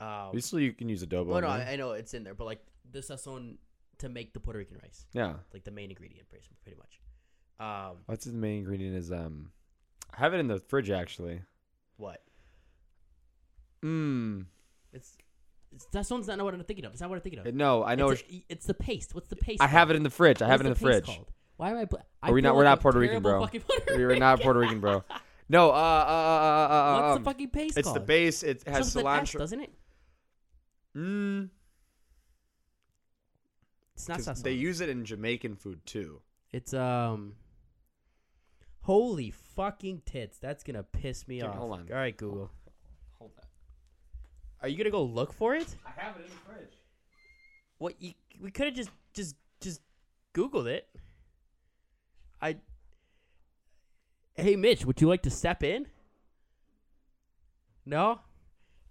Speaker 1: go. Um,
Speaker 2: Usually you can use adobo.
Speaker 1: well,
Speaker 2: on
Speaker 1: no,
Speaker 2: there.
Speaker 1: I, I know it's in there, but like the sazon to make the Puerto Rican rice,
Speaker 2: yeah.
Speaker 1: like the main ingredient, pretty, pretty much. Um,
Speaker 2: What's the main ingredient? Is um, I have it in the fridge actually.
Speaker 1: what? Hmm.
Speaker 2: Mmm.
Speaker 1: It's, it's sazon's not what I'm thinking of. It's not what I'm thinking of.
Speaker 2: No, I know.
Speaker 1: It's,
Speaker 2: it's-
Speaker 1: a- it's the paste. What's the paste?
Speaker 2: I have
Speaker 1: called?
Speaker 2: it in the fridge. I
Speaker 1: What
Speaker 2: have
Speaker 1: is
Speaker 2: it in the
Speaker 1: paste
Speaker 2: fridge.
Speaker 1: called? Why am I? Bla- I
Speaker 2: Are we
Speaker 1: feel
Speaker 2: not- we're
Speaker 1: like
Speaker 2: not
Speaker 1: a
Speaker 2: Puerto Rican,
Speaker 1: terrible
Speaker 2: bro.
Speaker 1: fucking Puerto
Speaker 2: You're not Puerto Rican, bro. No, uh, uh, uh, uh, uh
Speaker 1: What's
Speaker 2: um,
Speaker 1: the fucking base
Speaker 2: It's
Speaker 1: called?
Speaker 2: the base. It has
Speaker 1: Starts with an S,
Speaker 2: cilantro.
Speaker 1: doesn't it?
Speaker 2: Mm,
Speaker 1: It's not
Speaker 2: 'cause
Speaker 1: salsa.
Speaker 2: they use it in Jamaican food too.
Speaker 1: it's um. Holy fucking tits! That's gonna piss me
Speaker 2: Dude,
Speaker 1: off.
Speaker 2: hold on.
Speaker 1: All right, Google.
Speaker 2: Hold that.
Speaker 1: Are you gonna go look for it?
Speaker 2: I have it in the fridge.
Speaker 1: What you, we could have just just just Googled it. I. Hey Mitch, would you like to step in? No.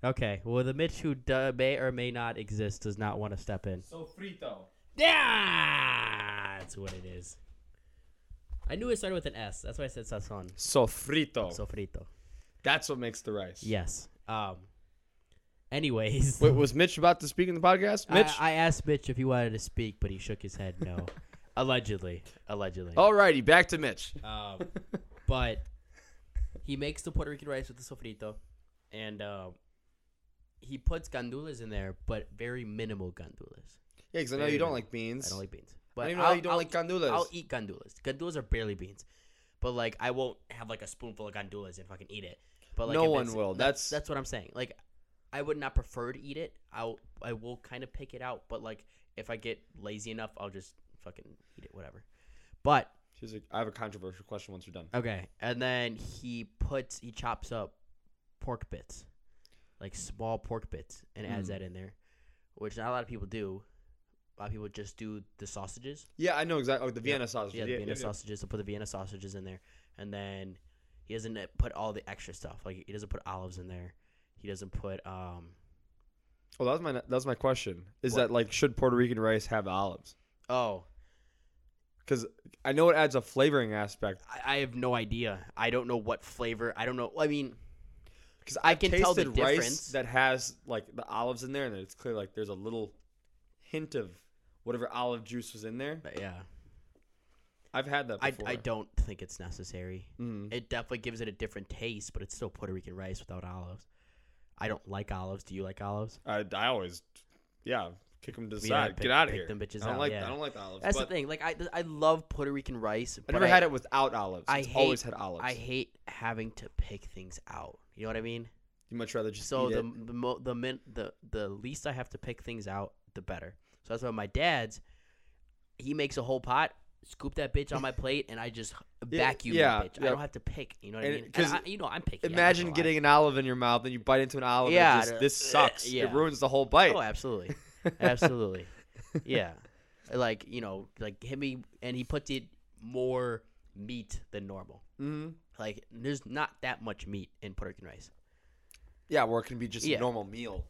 Speaker 1: Okay. Well, the Mitch who do- may or may not exist does not want to step in.
Speaker 2: So frito.
Speaker 1: That's what it is. I knew it started with an S. That's why I said sazon.
Speaker 2: Sofrito.
Speaker 1: Sofrito.
Speaker 2: That's what makes the rice.
Speaker 1: Yes. Um. Anyways,
Speaker 2: Wait, was Mitch about to speak in the podcast? Mitch.
Speaker 1: I, I asked Mitch if he wanted to speak, but he shook his head no. Allegedly. Allegedly.
Speaker 2: Alrighty, back to Mitch.
Speaker 1: Um, but he makes the Puerto Rican rice with the sofrito, and um, he puts gandulas in there, but very minimal gandulas.
Speaker 2: Yeah, because I know
Speaker 1: Very
Speaker 2: you don't
Speaker 1: good.
Speaker 2: like beans.
Speaker 1: I don't like beans.
Speaker 2: I
Speaker 1: But
Speaker 2: don't even know how you don't like gandulas.
Speaker 1: I'll eat gandulas. Gandulas are barely beans, but like I won't have like a spoonful of gandulas and fucking eat it. But like
Speaker 2: No
Speaker 1: if
Speaker 2: one
Speaker 1: it's-
Speaker 2: will. That's-
Speaker 1: that's what I'm saying. Like I would not prefer to eat it. I'll I will kind of pick it out, but like if I get lazy enough, I'll just fucking eat it, whatever. But
Speaker 2: She's like, I have a controversial question. Once you're done,
Speaker 1: okay, and then he puts he chops up pork bits, like small pork bits, and adds
Speaker 2: Mm.
Speaker 1: that in there, which not a lot of people do. A lot of people just do the sausages.
Speaker 2: yeah, I know exactly. Oh, the Vienna sausage.
Speaker 1: Yeah, the Vienna sausages. He'll put the Vienna sausages in there, and then he doesn't uh, put all the extra stuff. Like he doesn't put olives in there. He doesn't put um.
Speaker 2: Oh, that was my that was my question. Is
Speaker 1: What?
Speaker 2: that like should Puerto Rican rice have olives?
Speaker 1: Oh,
Speaker 2: Because I know it adds a flavoring aspect.
Speaker 1: I, I have no idea. I don't know what flavor. I don't know. I mean,
Speaker 2: Because I
Speaker 1: can
Speaker 2: tasted
Speaker 1: tell the
Speaker 2: rice
Speaker 1: difference.
Speaker 2: that has like the olives in there, and it's clear like there's a little hint of whatever olive juice was in there.
Speaker 1: but yeah,
Speaker 2: I've had that
Speaker 1: I,
Speaker 2: before.
Speaker 1: I don't think it's necessary.
Speaker 2: Mm.
Speaker 1: It definitely gives it a different taste, but it's still Puerto Rican rice without olives. I don't like olives. Do you like olives?
Speaker 2: I, I always, yeah, kick them to the
Speaker 1: mean, I
Speaker 2: side.
Speaker 1: pick-
Speaker 2: Get out of
Speaker 1: pick
Speaker 2: here.
Speaker 1: them bitches
Speaker 2: I don't
Speaker 1: out,
Speaker 2: like
Speaker 1: yeah.
Speaker 2: I don't like the olives.
Speaker 1: That's
Speaker 2: but
Speaker 1: the thing. Like I, I love Puerto Rican rice.
Speaker 2: I
Speaker 1: but
Speaker 2: never had it without olives.
Speaker 1: I
Speaker 2: It's
Speaker 1: hate-
Speaker 2: always had olives.
Speaker 1: I hate having to pick things out. You know what I mean?
Speaker 2: you much rather just
Speaker 1: So
Speaker 2: eat
Speaker 1: the
Speaker 2: it.
Speaker 1: the, mo- the min- the the least I have to pick things out, the better. So that's why my dad's, he makes a whole pot, scoop that bitch on my plate, and I just vacuum
Speaker 2: yeah,
Speaker 1: that bitch. I
Speaker 2: yeah.
Speaker 1: don't have to pick. You know what
Speaker 2: And
Speaker 1: I mean?
Speaker 2: it- 'cause
Speaker 1: Because you know I'm picking.
Speaker 2: Imagine getting an olive in your mouth and you bite into an olive. Yeah,
Speaker 1: Yeah,
Speaker 2: just,
Speaker 1: the-
Speaker 2: this sucks.
Speaker 1: yeah.
Speaker 2: It ruins the whole bite.
Speaker 1: Oh, absolutely, absolutely, yeah. Like you know, like hit me, and he puts it more meat than normal.
Speaker 2: Mhm.
Speaker 1: Like there's not that much meat in Puerto Rican rice.
Speaker 2: Yeah, or it can be just
Speaker 1: Yeah.
Speaker 2: a normal meal.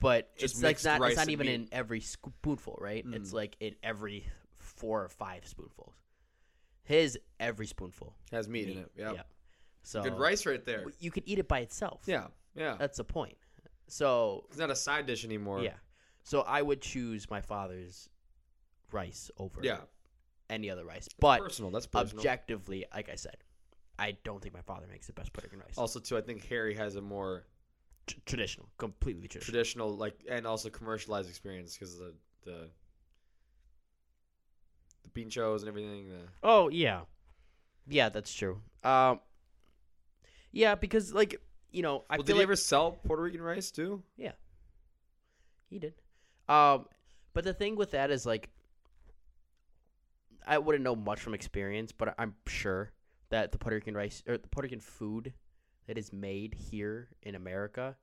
Speaker 1: but
Speaker 2: Just
Speaker 1: it's like
Speaker 2: mixed
Speaker 1: not,
Speaker 2: rice
Speaker 1: it's not
Speaker 2: and
Speaker 1: even
Speaker 2: meat. Mm.
Speaker 1: in every spoonful, right? It's like in every four or five spoonfuls. His every spoonful.
Speaker 2: has meat, in it. Yeah.
Speaker 1: Yeah. So
Speaker 2: Good rice right there.
Speaker 1: w- You could eat it by itself.
Speaker 2: Yeah. Yeah.
Speaker 1: that's the point. So
Speaker 2: it's not a side dish anymore.
Speaker 1: yeah, so I would choose my father's rice over
Speaker 2: Yeah.
Speaker 1: any other rice, but
Speaker 2: personal. That's personal.
Speaker 1: objectively, like I said, I don't think my father makes the best Puerto Rican rice.
Speaker 2: also, too, I think Harry has a more
Speaker 1: Tr- traditional, completely traditional.
Speaker 2: traditional, like, and also commercialized experience because the the the pinchos and everything. The,
Speaker 1: Oh yeah, yeah, that's true. Um, yeah, because like you know, I
Speaker 2: well, did
Speaker 1: feel
Speaker 2: he
Speaker 1: like
Speaker 2: ever sell Puerto Rican rice too?
Speaker 1: he did. Um, but the thing with that is like, I wouldn't know much from experience, but I'm sure that the Puerto Rican rice or the Puerto Rican food that is made here in America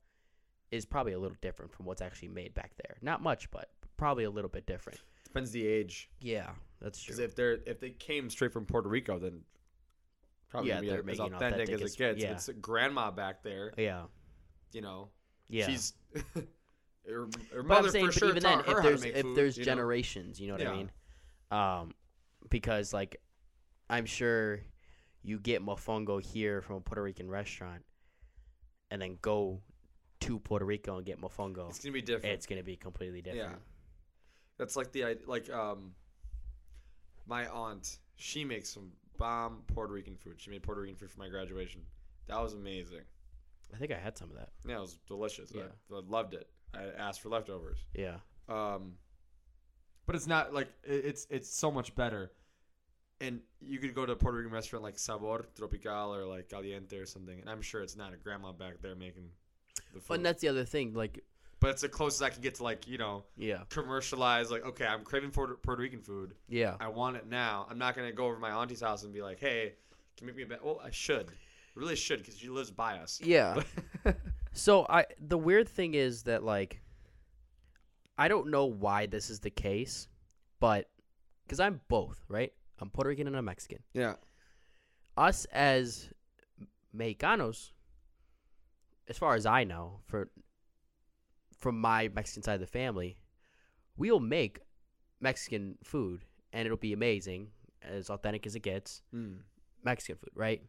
Speaker 1: is probably a little different from what's actually made back there. Not much, but probably a little bit different.
Speaker 2: Depends the age.
Speaker 1: Yeah, that's true.
Speaker 2: Because if they're if they came straight from Puerto Rico, then probably
Speaker 1: Yeah,
Speaker 2: gonna be
Speaker 1: they're
Speaker 2: as
Speaker 1: making
Speaker 2: authentic,
Speaker 1: authentic
Speaker 2: as
Speaker 1: as-
Speaker 2: it gets.
Speaker 1: yeah.
Speaker 2: If it's grandma back there,
Speaker 1: yeah,
Speaker 2: you know,
Speaker 1: yeah.
Speaker 2: she's her, her
Speaker 1: But
Speaker 2: mother
Speaker 1: I'm saying,
Speaker 2: for
Speaker 1: but
Speaker 2: sure
Speaker 1: even
Speaker 2: taught
Speaker 1: then, if
Speaker 2: her how to
Speaker 1: there's
Speaker 2: make
Speaker 1: if
Speaker 2: food,
Speaker 1: there's
Speaker 2: you know?
Speaker 1: generations, you know what I
Speaker 2: Yeah.
Speaker 1: mean? Um, because like, I'm sure you get mofongo here from a Puerto Rican restaurant, and then go to Puerto Rico and get mofongo.
Speaker 2: it's
Speaker 1: It's,
Speaker 2: gonna be different.
Speaker 1: gonna be completely different.
Speaker 2: Yeah. That's like the i- like um my aunt, she makes some bomb Puerto Rican food. She made Puerto Rican food for my graduation. That was amazing.
Speaker 1: I think I had some of that.
Speaker 2: Yeah, it was delicious. I-
Speaker 1: Yeah.
Speaker 2: I, loved it. I asked for leftovers.
Speaker 1: Yeah,
Speaker 2: Um but it's not like i- it's it's so much better and you could go to a Puerto Rican restaurant like Sabor Tropical or like Caliente or something, and I'm sure it's not a grandma back there making the food.
Speaker 1: And that's the other thing. Like,
Speaker 2: but it's the closest I can get to like you know
Speaker 1: yeah,
Speaker 2: commercialized. Like, okay, I'm craving Puerto, Puerto Rican food.
Speaker 1: yeah.
Speaker 2: I want it now. I'm not gonna go over to my auntie's house and be like, hey, can you make me a bed? Well, I should, really should, because she lives by us.
Speaker 1: Yeah. so I the weird thing is that like I don't know why this is the case, but cuz I'm both, right? I'm Puerto Rican and I'm Mexican.
Speaker 2: yeah.
Speaker 1: Us as Mexicanos as far as I know for from my Mexican side of the family, we'll make Mexican food and it'll be amazing, as authentic as it gets.
Speaker 2: Mm.
Speaker 1: Mexican food, right?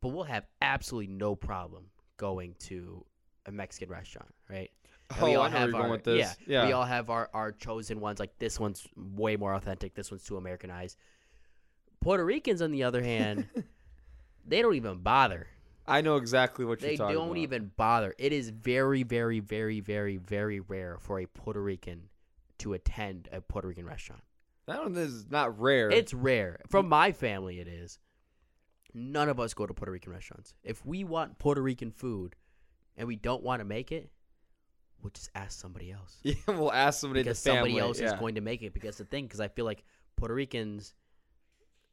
Speaker 1: But we'll have absolutely no problem going to a Mexican restaurant, right?
Speaker 2: Oh,
Speaker 1: And we all have
Speaker 2: you're
Speaker 1: our- Yeah, we all have our, our chosen ones. Like this one's way more authentic. This one's too Americanized. Puerto Ricans, on the other hand, they don't even bother.
Speaker 2: I know exactly what
Speaker 1: They
Speaker 2: you're talking
Speaker 1: don't
Speaker 2: about.
Speaker 1: even bother. It is very, very, very, very, very rare for a Puerto Rican to attend a Puerto Rican restaurant.
Speaker 2: That one is not rare.
Speaker 1: It's rare. From my family, it is. None of us go to Puerto Rican restaurants. If we want Puerto Rican food and we don't want to make it, we'll just ask somebody else.
Speaker 2: yeah, we'll ask somebody. in the
Speaker 1: Because somebody
Speaker 2: family,
Speaker 1: else is
Speaker 2: yeah.
Speaker 1: going to make it. Because the thing, because I feel like Puerto Ricans,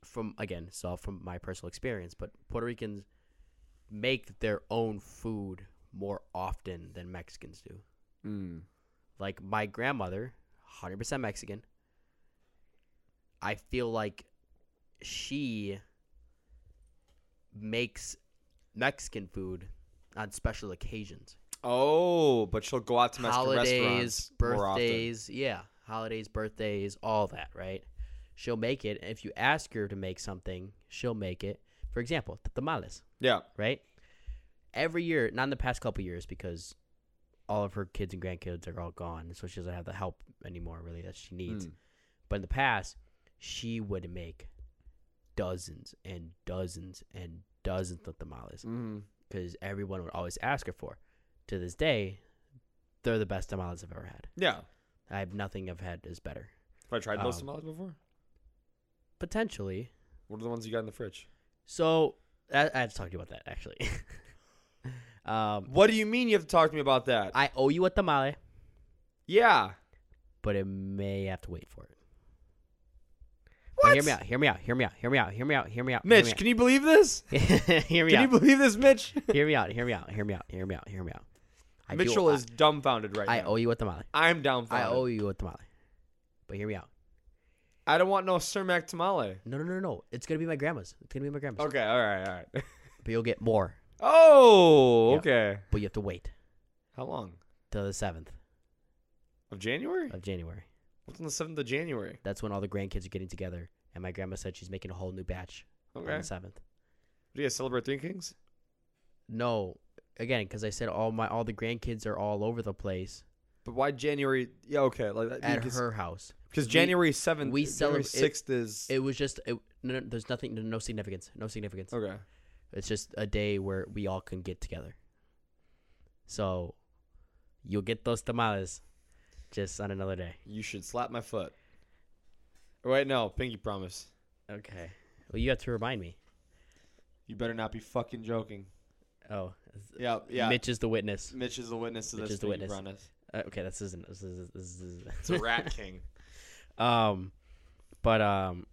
Speaker 1: from again, it's all from my personal experience, but Puerto Ricans make their own food more often than Mexicans do.
Speaker 2: Mm.
Speaker 1: Like my grandmother, 100% Mexican. I feel like she makes Mexican food on special occasions.
Speaker 2: Oh, but she'll go out to Mexican
Speaker 1: holidays,
Speaker 2: restaurants more often.
Speaker 1: birthdays, yeah, holidays, birthdays, all that, right? She'll make it. If you ask her to make something, she'll make it. For example, the tamales
Speaker 2: Yeah. Hmm.
Speaker 1: right? Every year, not in the past couple years, because all of her kids and grandkids are all gone, so she doesn't have the help anymore, really, that she needs.
Speaker 2: Mm.
Speaker 1: But in the past, she would make dozens and dozens and dozens of tamales
Speaker 2: Mm.
Speaker 1: because everyone would always ask her for. To this day, they're the best tamales I've ever had.
Speaker 2: Yeah.
Speaker 1: I have nothing I've had is better.
Speaker 2: Have I tried those
Speaker 1: Um,
Speaker 2: tamales before?
Speaker 1: Potentially,
Speaker 2: What are the ones you got in the fridge?
Speaker 1: so I, I have to talk to you about that actually. um,
Speaker 2: What do you mean you have to talk to me about that?
Speaker 1: I owe you a tamale.
Speaker 2: yeah.
Speaker 1: but it may have to wait for it. But
Speaker 2: What?
Speaker 1: Hear me out. Hear me out. Hear me out. Hear me out. Hear me out. Hear me out.
Speaker 2: Mitch, can you believe this?
Speaker 1: hear me
Speaker 2: Can you
Speaker 1: out.
Speaker 2: believe this, Mitch?
Speaker 1: Hear me out. Hear me out. Hear me out. Hear me out. Hear me out. I do-
Speaker 2: Mitchell
Speaker 1: I-
Speaker 2: is dumbfounded right
Speaker 1: I
Speaker 2: now.
Speaker 1: owe you a tamale.
Speaker 2: I'm dumbfounded.
Speaker 1: I owe you a tamale. But hear me out.
Speaker 2: I don't want no Cermak tamale.
Speaker 1: No, no, no, no. It's gonna be my grandma's. It's gonna be my grandma's.
Speaker 2: Okay, all right, all right.
Speaker 1: But you'll get more.
Speaker 2: Oh,
Speaker 1: Yeah.
Speaker 2: okay.
Speaker 1: But you have to wait
Speaker 2: How long?
Speaker 1: till the seventh
Speaker 2: Of January?
Speaker 1: of January.
Speaker 2: What's on the 7th of January?
Speaker 1: That's when all the grandkids are getting together. And my grandma said she's making a whole new batch on
Speaker 2: Okay.
Speaker 1: the seventh.
Speaker 2: Do you guys celebrate Three Kings?
Speaker 1: No, again, because I said all my all the grandkids are all over the place
Speaker 2: But why January? Yeah, okay. Like that-
Speaker 1: at
Speaker 2: Uh, because,
Speaker 1: her house.
Speaker 2: because
Speaker 1: we-
Speaker 2: January seventh,
Speaker 1: we
Speaker 2: we January
Speaker 1: celeb- it-
Speaker 2: sixth is
Speaker 1: It was just it, no, no, there's nothing, no significance, no significance.
Speaker 2: okay.
Speaker 1: It's just a day where we all can get together. So, you'll get those tamales, just on another day.
Speaker 2: You should slap my foot. Wait, no, pinky promise.
Speaker 1: Okay. Well, you have to remind me.
Speaker 2: You better not be fucking joking.
Speaker 1: Oh,
Speaker 2: Yeah, yeah. Mitch,
Speaker 1: Mitch is the witness.
Speaker 2: is the witness to
Speaker 1: Mitch
Speaker 2: this.
Speaker 1: is the
Speaker 2: pinky
Speaker 1: witness.
Speaker 2: promise.
Speaker 1: Uh, okay, this isn't. This is. This is
Speaker 2: It's a rat king.
Speaker 1: um, but um,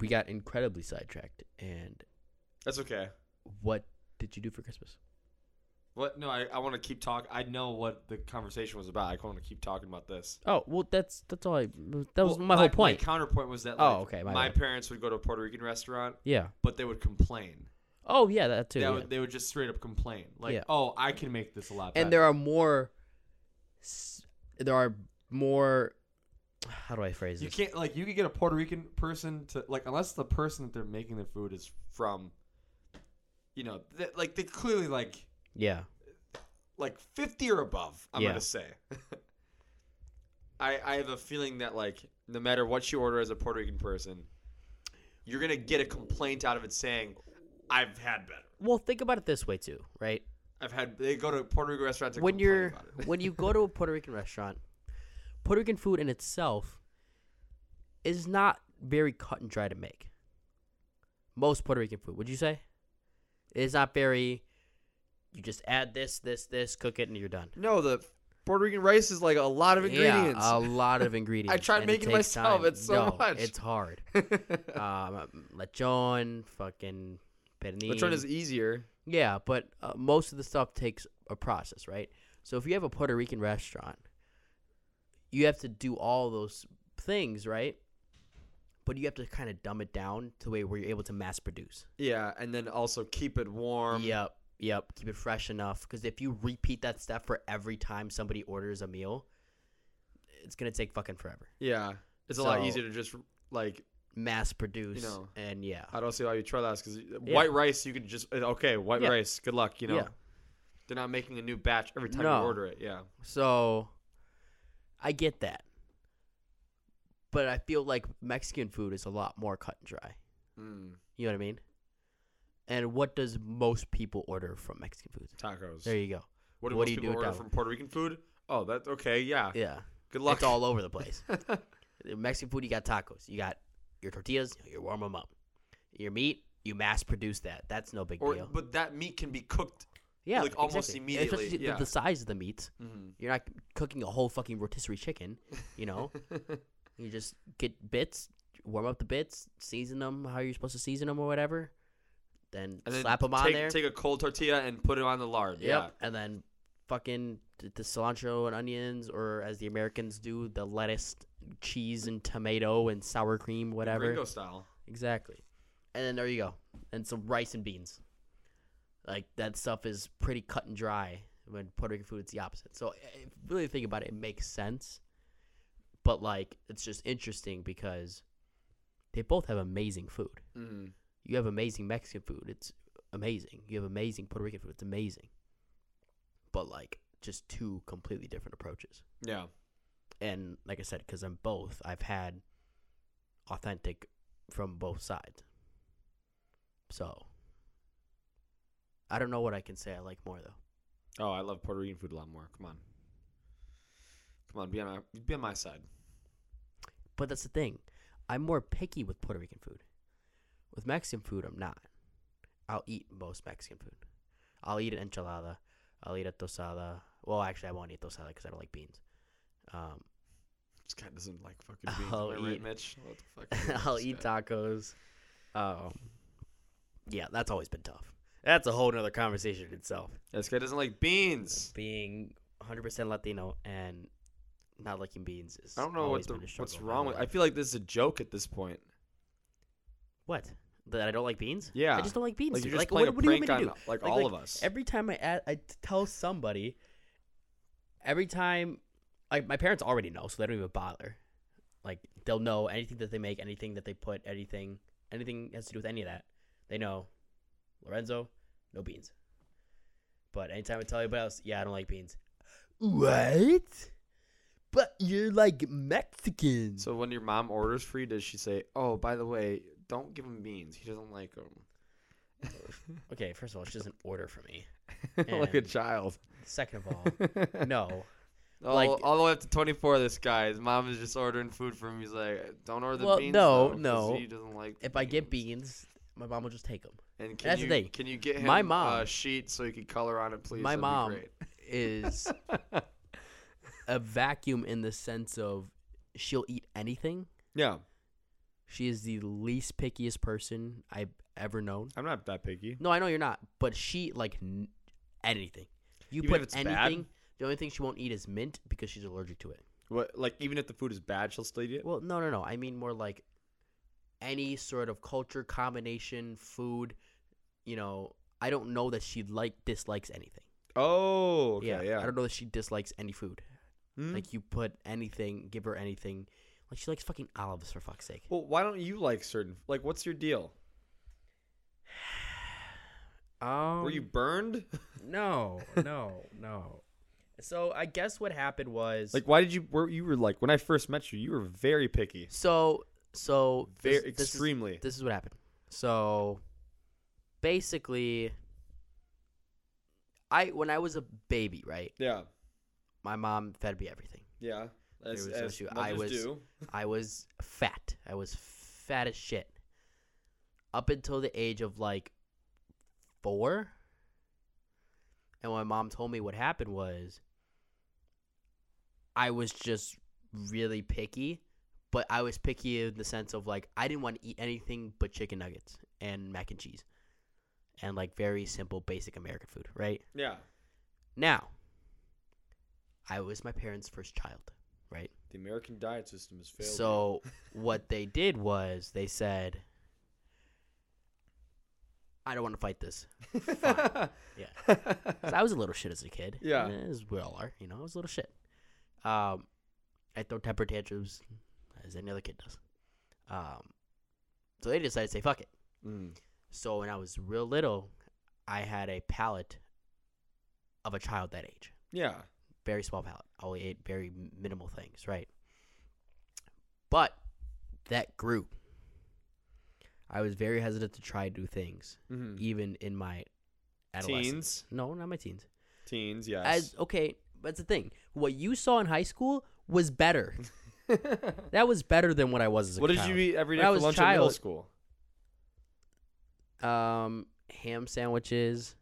Speaker 1: we got incredibly sidetracked. And
Speaker 2: That's okay.
Speaker 1: what did you do for Christmas?
Speaker 2: What? No, I, I want to keep talking. I know what the conversation was about. I want to keep talking about this.
Speaker 1: Oh well, that's that's all. I that was
Speaker 2: Well,
Speaker 1: my whole point.
Speaker 2: My counterpoint was that. Like,
Speaker 1: Oh, okay, my
Speaker 2: My,
Speaker 1: bad.
Speaker 2: parents would go to a Puerto Rican restaurant,
Speaker 1: yeah.
Speaker 2: but they would complain.
Speaker 1: Oh yeah, that too.
Speaker 2: They,
Speaker 1: yeah.
Speaker 2: would, they would just straight up complain, like,
Speaker 1: Yeah.
Speaker 2: "Oh, I can make this a lot." better.
Speaker 1: and there are more s- there are more how do i phrase
Speaker 2: You
Speaker 1: this
Speaker 2: can't like you could get a Puerto Rican person to like unless the person that they're making the food is from, you know, th- like they clearly like
Speaker 1: yeah
Speaker 2: like fifty or above. I'm
Speaker 1: Yeah.
Speaker 2: gonna say. I I have a feeling that like no matter what you order as a Puerto Rican person, you're gonna get a complaint out of it saying, "I've had better.
Speaker 1: well think about it this way too right
Speaker 2: I've had." They go to a Puerto Rican restaurant to
Speaker 1: when
Speaker 2: complain
Speaker 1: you're
Speaker 2: about it.
Speaker 1: when you go to a puerto rican restaurant puerto rican food in itself is not very cut and dry to make. Most Puerto Rican food, would you say? It's not very. You just add this, this, this, cook it, and you're done.
Speaker 2: No, the Puerto Rican rice is like a lot of ingredients.
Speaker 1: Yeah, uh, a lot of ingredients.
Speaker 2: I tried
Speaker 1: and it
Speaker 2: making
Speaker 1: takes
Speaker 2: myself,
Speaker 1: time.
Speaker 2: it's so
Speaker 1: No,
Speaker 2: much.
Speaker 1: It's hard.
Speaker 2: Which
Speaker 1: um, lechon, fucking pernil.
Speaker 2: one is e- easier?
Speaker 1: Yeah, but uh, most of the stuff takes a process, right? So if you have a Puerto Rican restaurant, you have to do all those things, right? But you have to kind of dumb it down to the way where you're able to mass produce.
Speaker 2: Yeah, and then also keep it warm.
Speaker 1: yep, yep. Keep it fresh enough because if you repeat that step for every time somebody orders a meal, it's gonna take fucking forever.
Speaker 2: Yeah, it's a lot
Speaker 1: So-
Speaker 2: easier to just like
Speaker 1: Mass produce,
Speaker 2: know.
Speaker 1: and yeah,
Speaker 2: I don't see why you try that because white rice you could just uh, okay white
Speaker 1: Yeah.
Speaker 2: rice. Good luck, you know.
Speaker 1: Yeah.
Speaker 2: They're not making a new batch every time
Speaker 1: No.
Speaker 2: you order it. Yeah,
Speaker 1: So I get that. But I feel like Mexican food is a lot more cut and dry.
Speaker 2: mm,
Speaker 1: You know what I mean? And what does most people order from Mexican foods?
Speaker 2: tacos.
Speaker 1: There you go.
Speaker 2: what do
Speaker 1: what
Speaker 2: most
Speaker 1: do you do with
Speaker 2: people order
Speaker 1: that
Speaker 2: from
Speaker 1: one?
Speaker 2: Puerto Rican food? Oh, that okay. Yeah,
Speaker 1: Yeah.
Speaker 2: good luck.
Speaker 1: It's all over the place. Mexican food, you got tacos. You got your tortillas, you warm them up. Your meat, you mass produce that. That's no big
Speaker 2: or
Speaker 1: deal.
Speaker 2: but that meat can be cooked.
Speaker 1: Yeah.
Speaker 2: like, almost
Speaker 1: exactly.
Speaker 2: immediately,
Speaker 1: Especially the-
Speaker 2: yeah.
Speaker 1: the size of the meats.
Speaker 2: Mhm.
Speaker 1: You're not cooking a whole fucking rotisserie chicken, you know? You just get bits, warm up the bits, season them how you're supposed to season them or whatever. Then,
Speaker 2: And then
Speaker 1: slap them on
Speaker 2: take,
Speaker 1: there.
Speaker 2: Take a cold tortilla and put it on the lard. Yeah.
Speaker 1: Yep. And then fucking t- the cilantro and onions, or as the Americans do, the lettuce, cheese, and tomato and sour cream, whatever.
Speaker 2: Gringo style.
Speaker 1: Exactly. And then there you go. And some rice and beans. Like that stuff is pretty cut and dry. When Puerto Rican food, it's the opposite. So i- if you really think about it, it makes sense. But like, it's just interesting because they both have amazing food.
Speaker 2: Mm.
Speaker 1: You have amazing Mexican food. It's amazing. You have amazing Puerto Rican food. It's amazing. But like, just two completely different approaches
Speaker 2: Yeah.
Speaker 1: and like I said, because I'm both, I've had authentic from both sides. So I don't know what I can say I like more though.
Speaker 2: Oh, I love Puerto Rican food a lot more. Come on. Come on, be on my be on my side.
Speaker 1: But that's the thing, I'm more picky with Puerto Rican food. With Mexican food, I'm not. I'll eat most Mexican food. I'll eat an enchilada. I'll eat a tostada. Well, actually, I won't eat tostada because I don't like beans. Um,
Speaker 2: This guy doesn't like fucking beans.
Speaker 1: I'll
Speaker 2: Am I right,
Speaker 1: eat-
Speaker 2: Mitch? What the fuck? is
Speaker 1: I'll
Speaker 2: this
Speaker 1: eat
Speaker 2: guy?
Speaker 1: tacos. Um, yeah, that's always been tough. That's a whole nother conversation in itself.
Speaker 2: This guy doesn't like beans.
Speaker 1: Being 100% Latino and not liking beans is.
Speaker 2: I don't know what
Speaker 1: always
Speaker 2: the,
Speaker 1: been a struggle
Speaker 2: what's
Speaker 1: in my
Speaker 2: wrong with. I
Speaker 1: life.
Speaker 2: feel like this is a joke at this point.
Speaker 1: what that I don't like beans.
Speaker 2: Yeah.
Speaker 1: I just don't like beans.
Speaker 2: Like
Speaker 1: dude.
Speaker 2: you're
Speaker 1: Like,
Speaker 2: just playing
Speaker 1: what, what
Speaker 2: a
Speaker 1: do you
Speaker 2: prank
Speaker 1: want me to
Speaker 2: on
Speaker 1: do?
Speaker 2: like,
Speaker 1: Like-
Speaker 2: all
Speaker 1: like,
Speaker 2: of us.
Speaker 1: Every time I add, I t- tell somebody. Every time, like my parents already know, so they don't even bother. Like they'll know anything that they make, anything that they put, anything, anything has to do with any of that. They know, Lorenzo, no beans. But anytime I tell anybody else, yeah, I don't like beans. What? But you're like Mexican.
Speaker 2: so when your mom orders for you, does she say, "Oh, by the way, don't give him beans. He doesn't like them."
Speaker 1: okay, first of all, it's just an order for me.
Speaker 2: like a
Speaker 1: And-
Speaker 2: child.
Speaker 1: Second of all, no.
Speaker 2: All,
Speaker 1: Like-
Speaker 2: all the way up to 24, this guy, his mom is just ordering food for him. He's like, don't order the
Speaker 1: Well,
Speaker 2: beans.
Speaker 1: no,
Speaker 2: though, 'cause
Speaker 1: no.
Speaker 2: He doesn't like the
Speaker 1: If I get
Speaker 2: beans."
Speaker 1: beans, my mom will just take them.
Speaker 2: And can
Speaker 1: that's the
Speaker 2: you,
Speaker 1: thing.
Speaker 2: Can you get him
Speaker 1: My
Speaker 2: a
Speaker 1: mom-
Speaker 2: sheet so he could color on it, please?
Speaker 1: my
Speaker 2: That'd be
Speaker 1: mom
Speaker 2: great.
Speaker 1: is a vacuum in the sense of she'll eat anything.
Speaker 2: Yeah,
Speaker 1: She is the least pickiest person I've ever known.
Speaker 2: I'm not that picky.
Speaker 1: No, I know you're not, but she like n- anything. You
Speaker 2: Even if
Speaker 1: put
Speaker 2: it's bad?
Speaker 1: anything. The only thing she won't eat is mint because she's allergic to it.
Speaker 2: What, like, even if the food is bad, she'll still eat it?
Speaker 1: Well, no, no, no. I mean more like any sort of culture combination food. You know, I don't know that she like dislikes anything.
Speaker 2: Oh, okay, yeah.
Speaker 1: I don't know that she dislikes any food.
Speaker 2: Hmm?
Speaker 1: Like you put anything, give her anything. Like she likes fucking olives for fuck's sake.
Speaker 2: well, why don't you like certain, like, what's your deal?
Speaker 1: Um,
Speaker 2: Were you burned?
Speaker 1: No, no, no. So I guess what happened was
Speaker 2: like, why did you, were you were like, when I first met you, you were very picky.
Speaker 1: so so
Speaker 2: Very,
Speaker 1: this- this is-
Speaker 2: extremely.
Speaker 1: This is what happened. So basically, I when I was a baby, right?
Speaker 2: yeah,
Speaker 1: My mom fed me everything.
Speaker 2: yeah. As,
Speaker 1: was no
Speaker 2: as
Speaker 1: issue. I
Speaker 2: mothers
Speaker 1: was-
Speaker 2: do.
Speaker 1: I was fat. I was fat as shit up until the age of like four. And my mom told me what happened was I was just really picky, but I was picky in the sense of like I didn't want to eat anything but chicken nuggets and mac and cheese and like very simple, basic American food, right?
Speaker 2: Yeah.
Speaker 1: Now, I was my parents' first child, right?
Speaker 2: The American diet system has failed.
Speaker 1: So what they did was they said, "I don't want to fight this." fine. Yeah. 'Cause I was a little shit as a kid.
Speaker 2: Yeah.
Speaker 1: as we all are. You know, I was a little shit. Um, I throw temper tantrums as any other kid does. Um, so they decided to say, "Fuck it."
Speaker 2: Mm.
Speaker 1: So when I was real little, I had a palate of a child that age.
Speaker 2: Yeah.
Speaker 1: very small palate. I only ate very minimal things, right? But that grew. I was very hesitant to try new things,
Speaker 2: Mm-hmm.
Speaker 1: even in my adolescence.
Speaker 2: Teens.
Speaker 1: No, not my teens.
Speaker 2: Teens, yes.
Speaker 1: As okay, that's the thing. What you saw in high school was better. that was better than what I was as a
Speaker 2: what did
Speaker 1: child.
Speaker 2: you eat every day
Speaker 1: When I
Speaker 2: for
Speaker 1: was
Speaker 2: lunch in middle
Speaker 1: child-
Speaker 2: school?
Speaker 1: you? Um, ham sandwiches,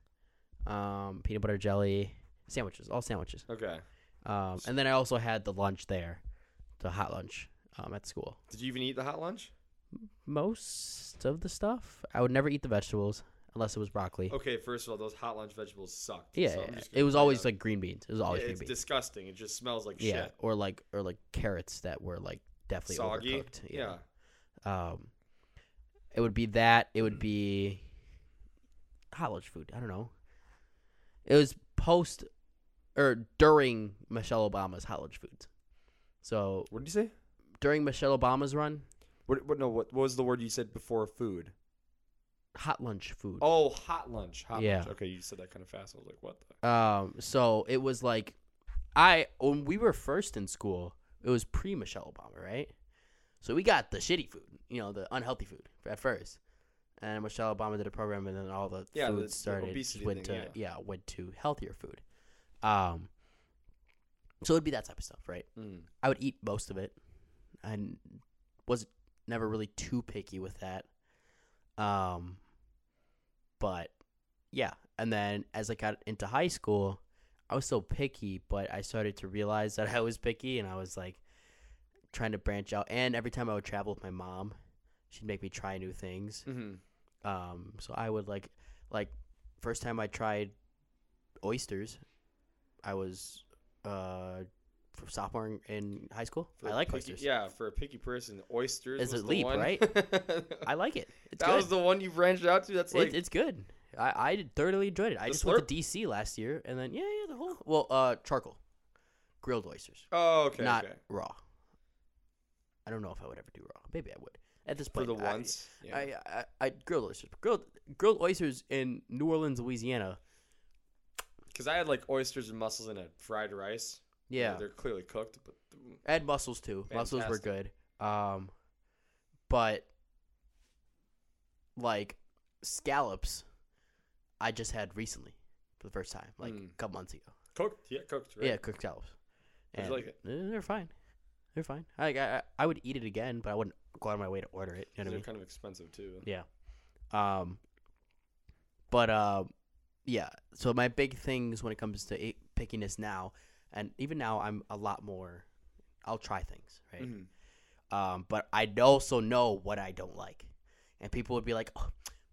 Speaker 1: um, peanut butter jelly sandwiches, all sandwiches.
Speaker 2: Okay.
Speaker 1: Um, and then I also had the lunch there, the hot lunch um, at school.
Speaker 2: Did you even eat the hot lunch?
Speaker 1: most of the stuff. I would never eat the vegetables unless it was broccoli.
Speaker 2: Okay, first of all, those hot lunch vegetables sucked.
Speaker 1: yeah,
Speaker 2: so I'm
Speaker 1: yeah,
Speaker 2: just gonna
Speaker 1: it was
Speaker 2: point
Speaker 1: always
Speaker 2: out-
Speaker 1: like green beans. It was always
Speaker 2: Yeah,
Speaker 1: green
Speaker 2: it's
Speaker 1: beans.
Speaker 2: disgusting. It just smells like
Speaker 1: yeah,
Speaker 2: shit.
Speaker 1: or like or like carrots that were like definitely
Speaker 2: Soggy.
Speaker 1: overcooked.
Speaker 2: Yeah. Mm.
Speaker 1: Um, it would be that. It would be college food. I don't know. It was post or during Michelle Obama's college foods. So
Speaker 2: What did you say?
Speaker 1: during Michelle Obama's run,
Speaker 2: What, what? No. What, what was the word you said before food?
Speaker 1: hot lunch food.
Speaker 2: Oh, hot lunch. Hot
Speaker 1: Yeah.
Speaker 2: lunch. Okay, you said that kind of fast. I was like, what the?
Speaker 1: Um, so it was like, I when we were first in school, it was pre Michelle Obama, right? So we got the shitty food, you know, the unhealthy food at first, and Michelle Obama did a program, and then all the
Speaker 2: Yeah, the-
Speaker 1: food
Speaker 2: the
Speaker 1: started
Speaker 2: obesity
Speaker 1: went
Speaker 2: thing,
Speaker 1: to yeah. went to healthier food. Um, so it'd be that type of stuff, right?
Speaker 2: Mm.
Speaker 1: I would eat most of it, and was never really too picky with that. Um, but yeah, and then as I got into high school, I was so picky, but I started to realize that I was picky, and I was like trying to branch out. And every time I would travel with my mom, she'd make me try new things.
Speaker 2: Mm-hmm.
Speaker 1: Um, so I would like, like, first time I tried oysters, I was uh f- sophomore in, in high school. I like oysters.
Speaker 2: Yeah, for a picky person, oysters
Speaker 1: It's
Speaker 2: was
Speaker 1: a
Speaker 2: the
Speaker 1: leap,
Speaker 2: one.
Speaker 1: right? I
Speaker 2: that
Speaker 1: like it. It's good.
Speaker 2: was the one you branched out to. That's
Speaker 1: It-
Speaker 2: like
Speaker 1: it's good. I, I did- thoroughly enjoyed it. I
Speaker 2: The
Speaker 1: just went
Speaker 2: slurp?
Speaker 1: to DC last year, and then yeah, yeah, the whole well, uh, charcoal, grilled oysters,
Speaker 2: oh, okay,
Speaker 1: not
Speaker 2: okay.
Speaker 1: raw. I don't know if I would ever do raw. Maybe I would. At this
Speaker 2: for
Speaker 1: point,
Speaker 2: the
Speaker 1: I-
Speaker 2: once. yeah.
Speaker 1: I, I, I grilled oysters. Grilled grilled oysters in New Orleans, Louisiana.
Speaker 2: Because I had like oysters and mussels in a fried rice. You know,
Speaker 1: Yeah,
Speaker 2: they're clearly cooked, but mm,
Speaker 1: I had mussels too. Mussels were good. Um, but like scallops, I just had recently for the first time, like
Speaker 2: Mm.
Speaker 1: a couple months ago.
Speaker 2: cooked. Yeah, cooked. Right?
Speaker 1: Yeah, cooked scallops.
Speaker 2: How'd you like it?
Speaker 1: eh, They're fine. They're fine. I, I I would eat it again, but I wouldn't go out of my way to order it. You know
Speaker 2: they're
Speaker 1: what I mean?
Speaker 2: kind of expensive too.
Speaker 1: Um, but um, yeah. So my big things when it comes to i- pickiness now, and even now, I'm a lot more. I'll try things, right?
Speaker 2: Mhm.
Speaker 1: Um, but I also know what I don't like, and people would be like, oh,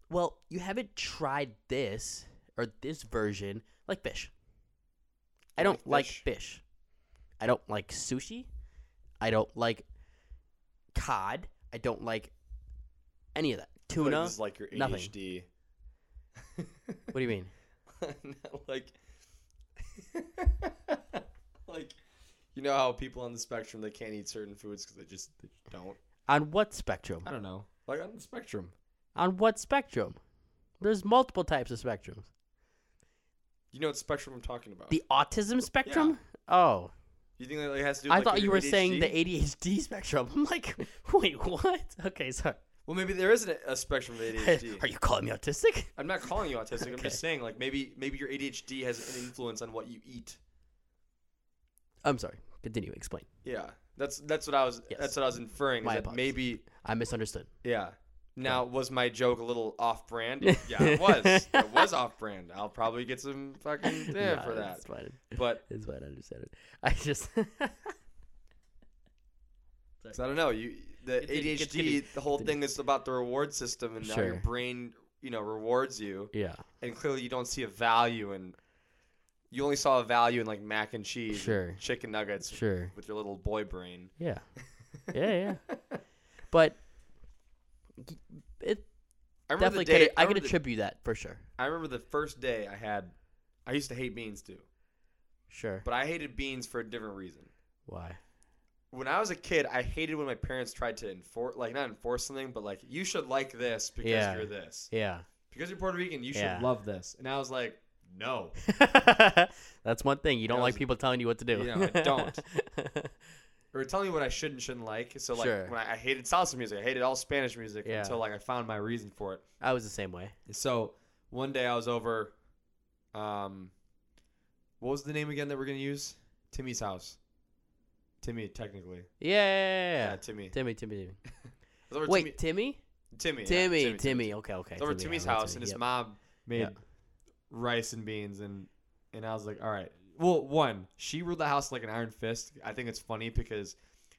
Speaker 1: "Well, you haven't tried this or this version, like fish. I
Speaker 2: You
Speaker 1: don't like
Speaker 2: like fish?
Speaker 1: fish. I don't like sushi. I don't like cod. I don't like any of that.
Speaker 2: I feel
Speaker 1: Tuna.
Speaker 2: Like this is like your
Speaker 1: nothing.
Speaker 2: ADHD.
Speaker 1: What do you mean?
Speaker 2: like, like, you know how people on the spectrum they can't eat certain foods because they just they just don't.
Speaker 1: On what spectrum?
Speaker 2: I don't know. Like on the spectrum,
Speaker 1: On what spectrum? There's multiple types of spectrums.
Speaker 2: you know what spectrum I'm talking about.
Speaker 1: The autism spectrum? Oh.
Speaker 2: you think that like, has to do? With,
Speaker 1: I
Speaker 2: like,
Speaker 1: thought
Speaker 2: your
Speaker 1: you were saying the
Speaker 2: ADHD?
Speaker 1: ADHD spectrum. I'm like, wait, what? Okay, sorry.
Speaker 2: Well, maybe there isn't a- a spectrum of ADHD.
Speaker 1: Are you calling me autistic?
Speaker 2: I'm not calling you autistic. I'm
Speaker 1: Okay.
Speaker 2: just saying like maybe maybe your ADHD has an influence on what you eat.
Speaker 1: I'm sorry. Continue. Explain.
Speaker 2: Yeah, that's that's what I was
Speaker 1: Yes.
Speaker 2: that's what I was inferring. is
Speaker 1: My
Speaker 2: that
Speaker 1: apologies.
Speaker 2: maybe
Speaker 1: I misunderstood.
Speaker 2: Yeah. Now, was my joke a little off brand? Yeah, it was. it was off brand. I'll probably get some fucking damn
Speaker 1: Nah,
Speaker 2: for that.
Speaker 1: It's fine.
Speaker 2: But
Speaker 1: It's fine. I understand it. I just.
Speaker 2: so I don't know. You the
Speaker 1: Continue,
Speaker 2: ADHD,
Speaker 1: continue,
Speaker 2: the whole
Speaker 1: continue.
Speaker 2: thing is about the reward system, and now your
Speaker 1: Sure.
Speaker 2: brain, you know, rewards you,
Speaker 1: yeah.
Speaker 2: and clearly you don't see a value in. You only saw a value in like mac and cheese,
Speaker 1: Sure.
Speaker 2: and chicken nuggets
Speaker 1: Sure.
Speaker 2: with your little boy brain.
Speaker 1: Yeah. Yeah. Yeah. but it
Speaker 2: I remember
Speaker 1: definitely.
Speaker 2: the day
Speaker 1: can, I can
Speaker 2: remember the-
Speaker 1: attribute that for sure.
Speaker 2: I remember the first day I had. I used to hate beans too,
Speaker 1: Sure.
Speaker 2: but I hated beans for a different reason.
Speaker 1: Why?
Speaker 2: When I was a kid, I hated when my parents tried to enforce, like not enforce something, but like you should like this because
Speaker 1: Yeah.
Speaker 2: you're this.
Speaker 1: Yeah.
Speaker 2: Because you're Puerto Rican, you should
Speaker 1: Yeah.
Speaker 2: love this. And I was like, no.
Speaker 1: That's one thing. You don't
Speaker 2: That
Speaker 1: like
Speaker 2: was-
Speaker 1: people telling you what to do.
Speaker 2: Yeah, I don't. Or tell me what I should and shouldn't like. So like
Speaker 1: Sure.
Speaker 2: when I, I hated salsa music, I hated all Spanish music
Speaker 1: Yeah.
Speaker 2: until like I found my reason for it.
Speaker 1: I was the same way.
Speaker 2: And so one day I was over, um, what was the name again that we're gonna use? Timmy's house. Timmy, technically.
Speaker 1: Yeah. yeah, yeah, yeah.
Speaker 2: Timmy.
Speaker 1: Timmy, Timmy, Timmy.
Speaker 2: I was over
Speaker 1: Wait, Timmy?
Speaker 2: Timmy, Timmy, yeah,
Speaker 1: Timmy, Timmy, Okay, okay.
Speaker 2: It's over
Speaker 1: Timmy,
Speaker 2: to
Speaker 1: I
Speaker 2: Timmy's
Speaker 1: remember
Speaker 2: house,
Speaker 1: Timmy,
Speaker 2: and his
Speaker 1: yep.
Speaker 2: mom made
Speaker 1: Yeah.
Speaker 2: rice and beans, and and I was like, all right. Well, one, she ruled the house like an iron fist. I think it's funny because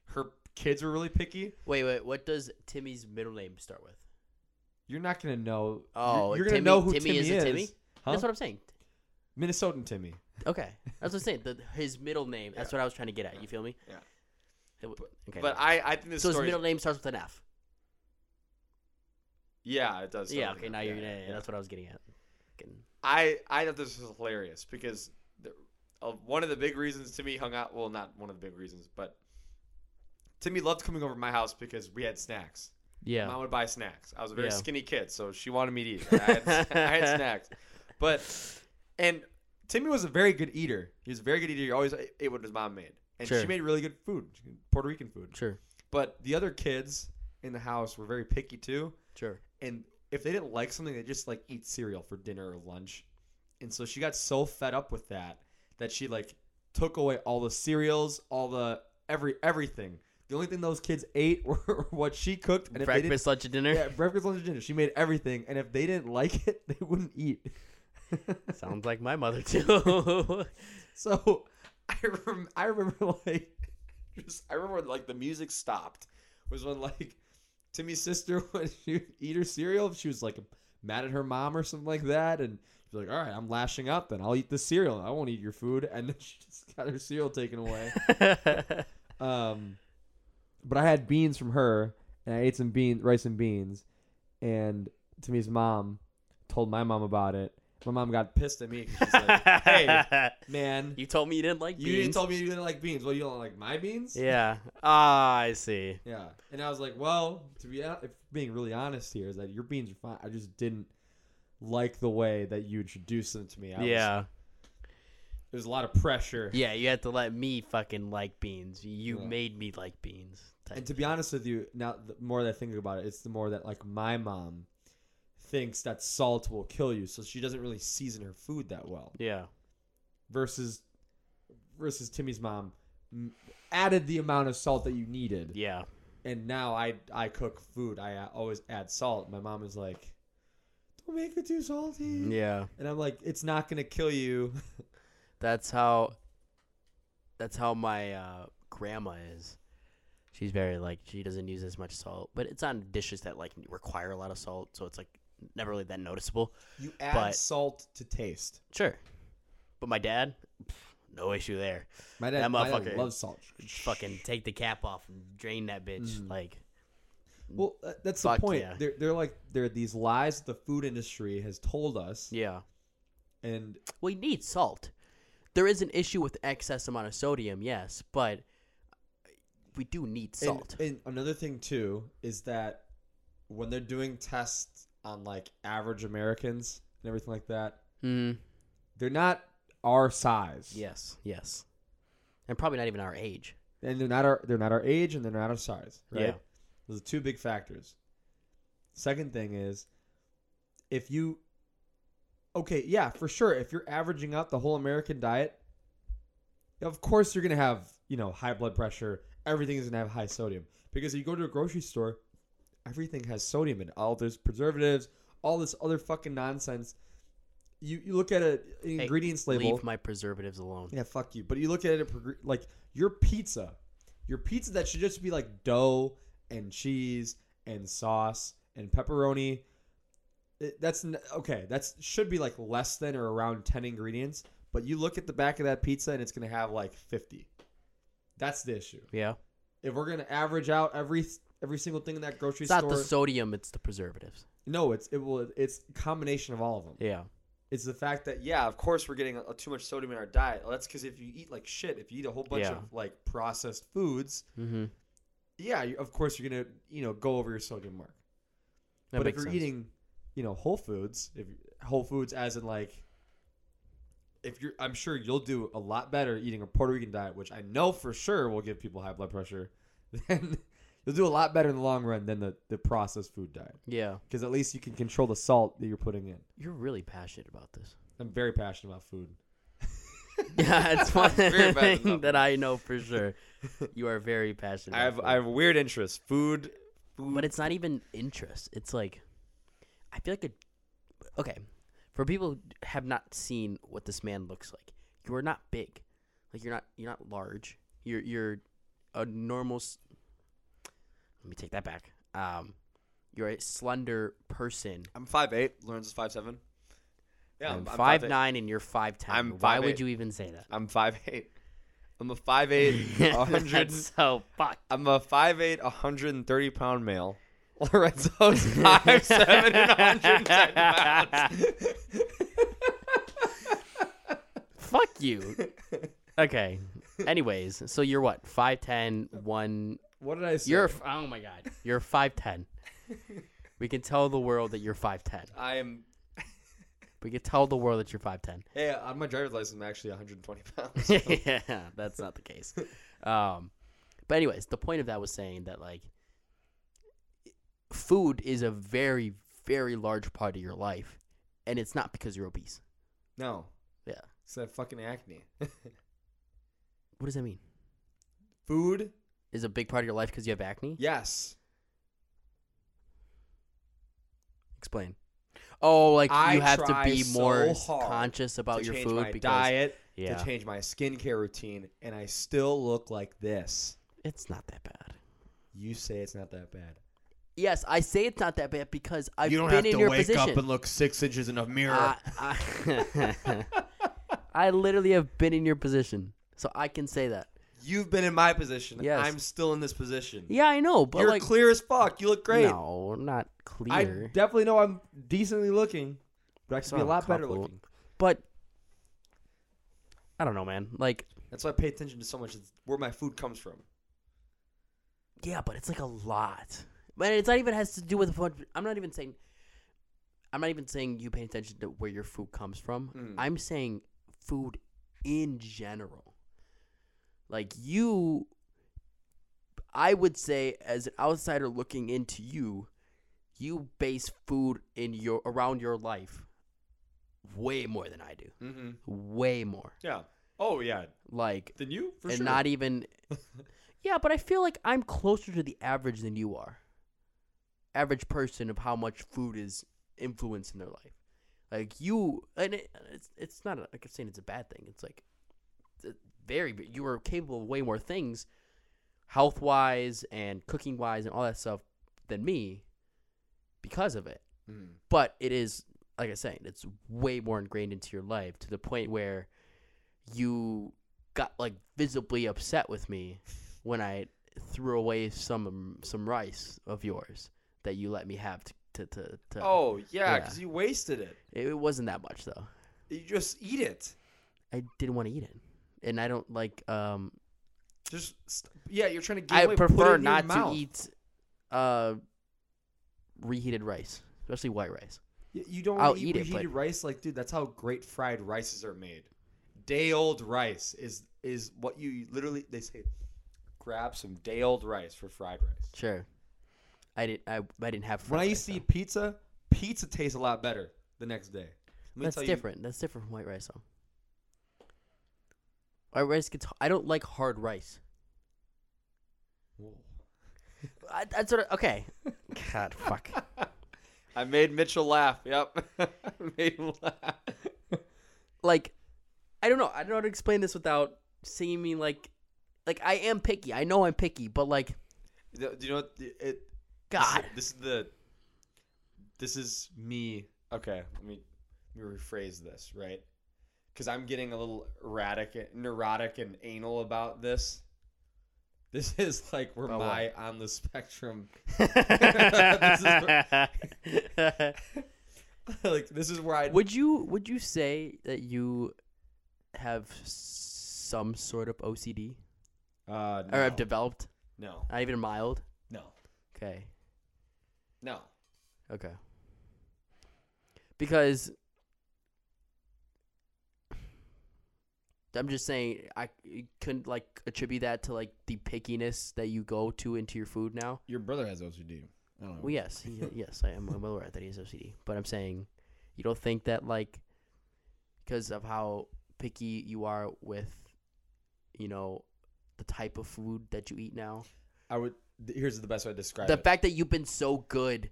Speaker 2: her kids were really picky.
Speaker 1: Wait, wait. What does Timmy's middle name start with?
Speaker 2: You're not gonna know.
Speaker 1: Oh,
Speaker 2: you're, you're gonna
Speaker 1: Timmy-
Speaker 2: know who
Speaker 1: Timmy
Speaker 2: Timmy,
Speaker 1: is
Speaker 2: is.
Speaker 1: a Timmy?
Speaker 2: Huh?
Speaker 1: That's what I'm saying.
Speaker 2: Minnesotan Timmy.
Speaker 1: Okay, that's what I'm saying. The, his middle name. That's what I was trying to get at. You feel me?
Speaker 2: Yeah.
Speaker 1: It w- Okay.
Speaker 2: But I, I think this
Speaker 1: so his
Speaker 2: story.
Speaker 1: middle name starts with an F.
Speaker 2: yeah, it does.
Speaker 1: Yeah.
Speaker 2: start with
Speaker 1: Okay.
Speaker 2: an
Speaker 1: Now
Speaker 2: F,
Speaker 1: you're.
Speaker 2: yeah,
Speaker 1: Yeah, yeah,
Speaker 2: yeah.
Speaker 1: That's what I was getting at. Fucking-
Speaker 2: I I thought this was hilarious because the, uh, one of the big reasons Timmy hung out well not one of the big reasons but Timmy loved coming over to my house because we had snacks.
Speaker 1: Yeah.
Speaker 2: Mom would buy snacks. I was a very
Speaker 1: Yeah.
Speaker 2: skinny kid, so she wanted me to eat. and I had, I had snacks, but and Timmy was a very good eater. He was a very good eater. He always ate what his mom made, and
Speaker 1: Sure.
Speaker 2: she made really good food, Puerto Rican food.
Speaker 1: Sure.
Speaker 2: But the other kids in the house were very picky too
Speaker 1: Sure.
Speaker 2: and if they didn't like something, they just like eat cereal for dinner or lunch. And so she got so fed up with that that she like took away all the cereals, all the every everything. The only thing those kids ate were what she cooked, and if they didn't,
Speaker 1: Breakfast, lunch, and dinner.
Speaker 2: yeah, breakfast, lunch, and dinner. She made everything, and if they didn't like it, they wouldn't eat.
Speaker 1: Sounds like my mother too.
Speaker 2: So I rem- I remember like just I remember like the music stopped was when like Timmy's sister when she would eat her cereal she was like mad at her mom or something like that and she's like all right I'm lashing out then I'll eat the cereal I won't eat your food and then she just got her cereal taken away um but I had beans from her and I ate some bean rice and beans and Timmy's mom told my mom about it my mom got pissed at me 'cause she's like hey man
Speaker 1: you told me you didn't like
Speaker 2: you
Speaker 1: beans.
Speaker 2: didn't told me you didn't like beans. Well, you don't like my beans.
Speaker 1: yeah. Ah, I see.
Speaker 2: Yeah. And I was like, well, to be hon- if being really honest here, is that your beans are fine. I just didn't like the way that you introduced them to me. I
Speaker 1: yeah.
Speaker 2: Was, it was a lot of pressure.
Speaker 1: Yeah, you had to let me fucking like beans. You
Speaker 2: Yeah.
Speaker 1: made me like beans. type
Speaker 2: And to be honest with you, now the more that I think about it, it's the more that like my mom thinks that salt will kill you, so she doesn't really season her food that well.
Speaker 1: yeah,
Speaker 2: Versus, versus Timmy's mom m- added the amount of salt that you needed.
Speaker 1: yeah,
Speaker 2: and now I I cook food. I uh, always add salt. My mom is like, "Don't make it too salty."
Speaker 1: yeah.
Speaker 2: And I'm like, "It's not gonna kill you."
Speaker 1: That's how. That's how my uh, grandma is. She's very like she doesn't use as much salt, but it's on dishes that like require a lot of salt, so it's like never really that noticeable.
Speaker 2: You add
Speaker 1: But-
Speaker 2: salt to taste.
Speaker 1: Sure, but my dad, pff, no issue there.
Speaker 2: My dad,
Speaker 1: That
Speaker 2: my dad
Speaker 1: motherfucker-
Speaker 2: loves salt.
Speaker 1: Fucking take the cap off and drain that bitch. Like
Speaker 2: Well, uh, that's
Speaker 1: Fuck
Speaker 2: the point.
Speaker 1: yeah.
Speaker 2: They're they're like they're these lies the food industry has told us,
Speaker 1: yeah.
Speaker 2: and
Speaker 1: we need salt. There is an issue with excess amount of sodium, yes, but we do need
Speaker 2: And-
Speaker 1: salt.
Speaker 2: And, another thing too is that when they're doing tests on like average Americans and everything like that,
Speaker 1: mm.
Speaker 2: they're not our size.
Speaker 1: Yes, yes, and probably not even our age.
Speaker 2: and they're not our they're not our age and they're not our size, right?
Speaker 1: Yeah.
Speaker 2: Those are two big factors. Second thing is if you okay, yeah, for sure, if you're averaging out the whole American diet, of course you're going to have, you know, high blood pressure, everything is going to have high sodium because if you go to a grocery store, everything has sodium in it. All there's preservatives, all this other fucking nonsense. You you look at a, an
Speaker 1: Hey,
Speaker 2: ingredients label.
Speaker 1: Leave my preservatives alone.
Speaker 2: Yeah, fuck you. But you look at it progr- like your pizza, your pizza that should just be like dough and cheese and sauce and pepperoni. It, that's n- okay. That's should be like less than or around ten ingredients. But you look at the back of that pizza and it's gonna have like fifty. That's the issue.
Speaker 1: Yeah.
Speaker 2: If we're gonna average out every every single thing in that grocery
Speaker 1: It's not
Speaker 2: store,
Speaker 1: the sodium, it's the preservatives.
Speaker 2: no, it's it will it's a combination of all of them.
Speaker 1: Yeah.
Speaker 2: It's the fact that yeah, of course we're getting uh too much sodium in our diet. Well, that's because if you eat like shit, if you eat a whole bunch
Speaker 1: Yeah.
Speaker 2: of like processed foods,
Speaker 1: Mm-hmm.
Speaker 2: yeah, you, of course you're gonna you know go over your sodium mark.
Speaker 1: That
Speaker 2: but if
Speaker 1: makes
Speaker 2: you're
Speaker 1: sense.
Speaker 2: eating, you know, whole foods, if you- whole foods as in like, if you're, I'm sure you'll do a lot better eating a Puerto Rican diet, which I know for sure will give people high blood pressure. Then you'll do a lot better in the long run than the the processed food diet
Speaker 1: yeah.
Speaker 2: because at least you can control the salt that you're putting in.
Speaker 1: You're really passionate about this.
Speaker 2: I'm very passionate about food.
Speaker 1: yeah, it's one
Speaker 2: Very passionate
Speaker 1: thing
Speaker 2: about
Speaker 1: that I know for sure. You are very passionate.
Speaker 2: I have
Speaker 1: about
Speaker 2: I have weird interests. Food,
Speaker 1: food.
Speaker 2: food.
Speaker 1: but it's not even interest. It's like I feel like a okay for people who have not seen what this man looks like. You are not big, like you're not you're not large. You're you're a normal. s- Let me take that back. Um, you're a slender person.
Speaker 2: I'm five eight. Lawrence is five seven. Yeah,
Speaker 1: I'm,
Speaker 2: I'm, I'm
Speaker 1: five
Speaker 2: 5'8".
Speaker 1: nine and you're five ten.
Speaker 2: I'm
Speaker 1: Why
Speaker 2: 5'8".
Speaker 1: would you even say that?
Speaker 2: I'm five eight. I'm a five eight, a hundred.
Speaker 1: That's so fuck.
Speaker 2: I'm a five eight, a hundred and thirty pound male. Lorenzo's five seven and a hundred and ten pounds.
Speaker 1: Fuck you. Okay. Anyways, so you're what? 5'10, 1.
Speaker 2: What did I say?
Speaker 1: You're, f- oh my God. You're 5'10. We can tell the world that you're 5'10.
Speaker 2: I am.
Speaker 1: We can tell the world that you're 5'10.
Speaker 2: Hey, on my driver's license, I'm actually 120 pounds.
Speaker 1: yeah, that's not the case. Um, but, anyways, the point of that was saying that, like, food is a very, very large part of your life, and it's not because you're obese.
Speaker 2: no.
Speaker 1: Yeah.
Speaker 2: It's that fucking acne.
Speaker 1: What does that mean?
Speaker 2: Food.
Speaker 1: Is a big part of your life because you have acne?
Speaker 2: Yes.
Speaker 1: Explain. Oh, like
Speaker 2: I
Speaker 1: you have to
Speaker 2: try
Speaker 1: be more
Speaker 2: so hard
Speaker 1: conscious about
Speaker 2: to
Speaker 1: your
Speaker 2: change
Speaker 1: food
Speaker 2: my
Speaker 1: because
Speaker 2: diet.
Speaker 1: yeah,
Speaker 2: to change my skincare routine, and I still look like this.
Speaker 1: it's not that bad.
Speaker 2: You say it's not that bad.
Speaker 1: Yes, I say it's not that bad because I've been in your position. Uh,
Speaker 2: look six inches in a mirror.
Speaker 1: I, I- I literally have been in your position, so I can say that.
Speaker 2: You've been in my position.
Speaker 1: Yes.
Speaker 2: I'm still in this position.
Speaker 1: Yeah, I know, but
Speaker 2: You're
Speaker 1: like,
Speaker 2: clear as fuck. You look great.
Speaker 1: no, not clear.
Speaker 2: I definitely know I'm decently looking, but I could be a
Speaker 1: not a
Speaker 2: lot better
Speaker 1: compliment.
Speaker 2: looking.
Speaker 1: but I don't know, man. Like,
Speaker 2: That's why I pay attention to so much. It's where my food comes from.
Speaker 1: Yeah, but it's like a lot. But it's not even has to do with what I'm not even saying. I'm not even saying you paying attention to where your food comes from.
Speaker 2: Mm.
Speaker 1: I'm saying food in general. Like you, I would say as an outsider looking into you, you base food in your around your life way more than I do.
Speaker 2: Mm-hmm.
Speaker 1: Way more.
Speaker 2: Yeah. Oh yeah.
Speaker 1: Like
Speaker 2: Then you for
Speaker 1: and
Speaker 2: sure.
Speaker 1: not e- even yeah but i feel like i'm closer to the average than you are average person of how much food is influencing their life like you and it, it's, it's not a, like i'm saying it's a bad thing it's like it's a very but you are capable of way more things health wise and cooking wise and all that stuff than me because of it
Speaker 2: Mm.
Speaker 1: but it is like I said, it's way more ingrained into your life to the point where you got like visibly upset with me when I threw away some um, some rice of yours that you let me have to to to. to.
Speaker 2: Oh yeah,
Speaker 1: Yeah.
Speaker 2: because you wasted it.
Speaker 1: it, it wasn't that much though.
Speaker 2: You just eat it.
Speaker 1: I didn't want to eat it, and I don't like. Um,
Speaker 2: Just st- yeah, you're trying to get
Speaker 1: I
Speaker 2: away. Put it
Speaker 1: prefer
Speaker 2: in your
Speaker 1: not to
Speaker 2: mouth.
Speaker 1: eat uh reheated rice, especially white rice.
Speaker 2: Y- You don't
Speaker 1: I'll
Speaker 2: eat,
Speaker 1: eat it,
Speaker 2: reheated
Speaker 1: but-
Speaker 2: rice, like dude. That's how great fried rices are made. Day old rice is is what you literally they say. Grab some day old rice for fried rice.
Speaker 1: Sure, I didn't. I, I didn't have.
Speaker 2: When I
Speaker 1: fried
Speaker 2: used to
Speaker 1: rice,
Speaker 2: eat pizza, pizza tastes a lot better the next day. Let me
Speaker 1: That's
Speaker 2: tell you-
Speaker 1: different. That's different from white rice, though. White rice gets. I don't like hard rice.
Speaker 2: Whoa.
Speaker 1: I, that's what. I- okay. God, fuck.
Speaker 2: I made Mitchell laugh. Yep. made him laugh.
Speaker 1: Like, I don't know. I don't know how to explain this without seeing me like, like I am picky. I know I'm picky, but like,
Speaker 2: Do you know what? It,
Speaker 1: God,
Speaker 2: This is the. This is me. Okay, let me let me rephrase this right, because I'm getting a little erratic, neurotic, and anal about this. This is like where
Speaker 1: About what?
Speaker 2: my on the spectrum, like this is where I
Speaker 1: would you would you say that you have some sort of OCD
Speaker 2: uh,
Speaker 1: or
Speaker 2: no,
Speaker 1: have developed?
Speaker 2: no,
Speaker 1: Not even mild.
Speaker 2: no,
Speaker 1: Okay.
Speaker 2: no.
Speaker 1: Okay. Because I'm just saying I couldn't like attribute that to like the pickiness that you go to into your food now.
Speaker 2: Your brother has OCD. I don't know.
Speaker 1: Well, yes, he, yes, I am I'm aware that he has OCD, but I'm saying you don't think that like because of how picky you are with you know the type of food that you eat now.
Speaker 2: I would. th- Here's the best way to describe
Speaker 1: the
Speaker 2: it.
Speaker 1: fact that you've been so good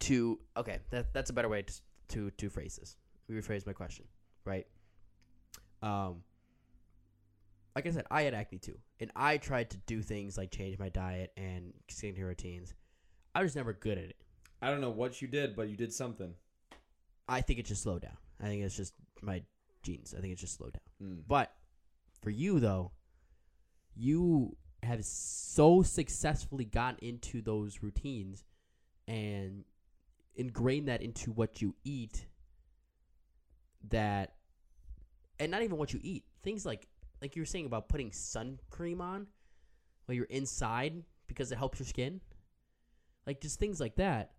Speaker 1: to okay that, that's a better way to, to to phrase this rephrase my question right um like i said i had acne too and i tried to do things like change my diet and skincare routines i was never good at it
Speaker 2: I don't know what you did, but you did something.
Speaker 1: i think it's just slow down i think it's just my genes i think it's just slow down
Speaker 2: Mm.
Speaker 1: But for you though, you have so successfully gotten into those routines and ingrained that into what you eat that and not even what you eat. Things like like you were saying about putting sun cream on while you're inside because it helps your skin. Like just things like that.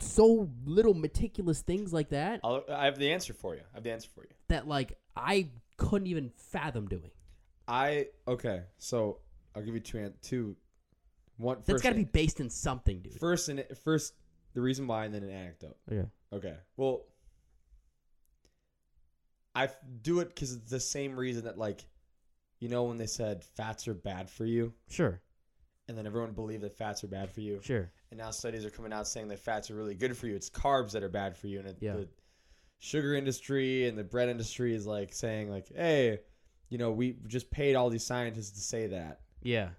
Speaker 1: So little meticulous things like that
Speaker 2: I'll, I have the answer for you. I have the answer for you.
Speaker 1: that like I couldn't even fathom doing.
Speaker 2: I okay. So I'll give you two an- two. One
Speaker 1: That's
Speaker 2: first,
Speaker 1: got to be based in something, dude.
Speaker 2: first and first the reason why and then an anecdote.
Speaker 1: Okay.
Speaker 2: Okay. Well, I f- do it because it's the same reason that like, you know, when they said fats are bad for you,
Speaker 1: Sure.
Speaker 2: and then everyone believed that fats are bad for you,
Speaker 1: Sure.
Speaker 2: and now studies are coming out saying that fats are really good for you. It's carbs that are bad for you, and it,
Speaker 1: Yeah.
Speaker 2: the sugar industry and the bread industry is like saying like, hey, you know, we just paid all these scientists to say that.
Speaker 1: Yeah.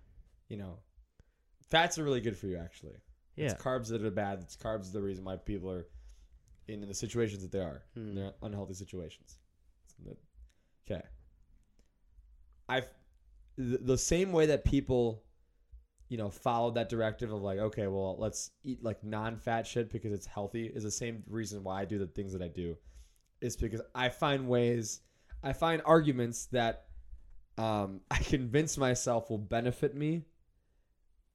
Speaker 2: you know, fats are really good for you. Actually,
Speaker 1: Yeah.
Speaker 2: it's carbs that are bad. It's carbs the reason why people are in the situations that they are.
Speaker 1: Hmm.
Speaker 2: They're unhealthy situations. Okay, I've the, the same way that people, you know, followed that directive of like, okay, well, let's eat like non-fat shit because it's healthy. Is the same reason why I do the things that I do. It's because I find ways, I find arguments that um, I convince myself will benefit me,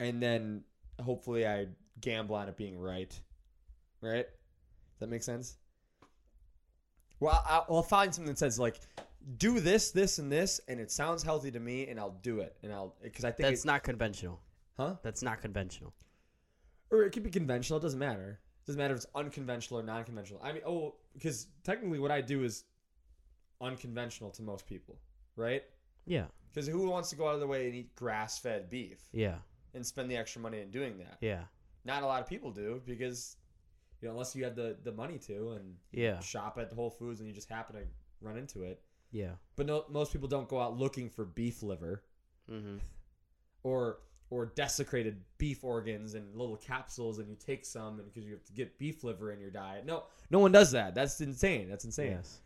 Speaker 2: and then hopefully I gamble on it being right. Right? Does that make sense? Well, I- I'll find something that says like, do this, this, and this, and it sounds healthy to me, and I'll do it, and I'll because I think
Speaker 1: That's
Speaker 2: it's
Speaker 1: not conventional.
Speaker 2: huh,
Speaker 1: That's not conventional.
Speaker 2: or it could be conventional. It doesn't matter. It doesn't matter if it's unconventional or non-conventional. I mean, oh, because technically what I do is unconventional to most people, right?
Speaker 1: Yeah.
Speaker 2: Because who wants to go out of their way and eat grass-fed beef
Speaker 1: Yeah.
Speaker 2: and spend the extra money in doing that?
Speaker 1: Yeah.
Speaker 2: not a lot of people do because you know unless you have the the money to and
Speaker 1: Yeah.
Speaker 2: shop at Whole Foods and you just happen to run into it.
Speaker 1: Yeah.
Speaker 2: But no, most people don't go out looking for beef liver
Speaker 1: Mm-hmm.
Speaker 2: or or desecrated beef organs and little capsules and you take some and because you have to get beef liver in your diet. No, no one does that. That's insane. That's insane.
Speaker 1: Yes.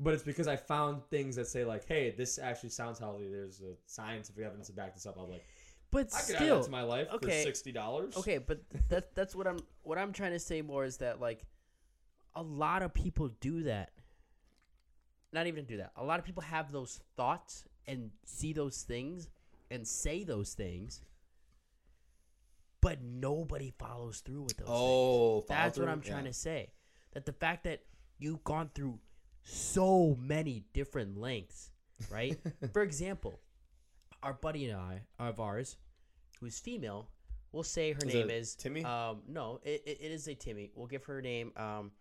Speaker 2: But it's because I found things that say like, hey, this actually sounds healthy. There's a scientific evidence to back this up. I'm like,
Speaker 1: But
Speaker 2: I could add that
Speaker 1: still,
Speaker 2: to my life
Speaker 1: okay.
Speaker 2: for sixty dollars.
Speaker 1: okay. But that's that's what I'm what I'm trying to say more is that like a lot of people do that. Not even do that. A lot of people have those thoughts and see those things and say those things, but nobody follows through with those. things.
Speaker 2: Oh, follow
Speaker 1: That's
Speaker 2: through?
Speaker 1: what I'm trying
Speaker 2: Yeah.
Speaker 1: to say. That the fact that you've gone through so many different lengths, right? For example, our buddy and I, of ours, who's female, we'll say her
Speaker 2: Is
Speaker 1: name
Speaker 2: it
Speaker 1: is
Speaker 2: Timmy?
Speaker 1: Um, no, it, it, it is a Timmy. We'll give her name um,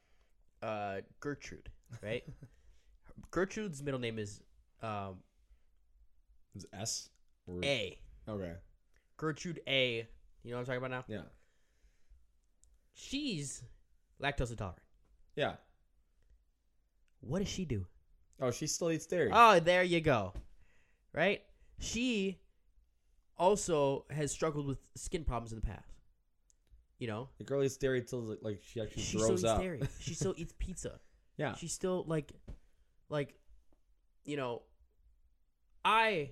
Speaker 1: uh, Gertrude, right? Gertrude's middle name is um,
Speaker 2: It's S. Or
Speaker 1: A.
Speaker 2: Okay.
Speaker 1: Gertrude A. You know what I'm talking about now?
Speaker 2: Yeah.
Speaker 1: She's lactose intolerant.
Speaker 2: Yeah.
Speaker 1: What does she do?
Speaker 2: Oh, she still eats dairy.
Speaker 1: Oh, there you go. Right? She also has struggled with skin problems in the past. You know?
Speaker 2: the girl eats dairy till like, like she actually
Speaker 1: she still
Speaker 2: grows
Speaker 1: eats
Speaker 2: up.
Speaker 1: dairy. She still eats pizza.
Speaker 2: yeah.
Speaker 1: She still like like you know I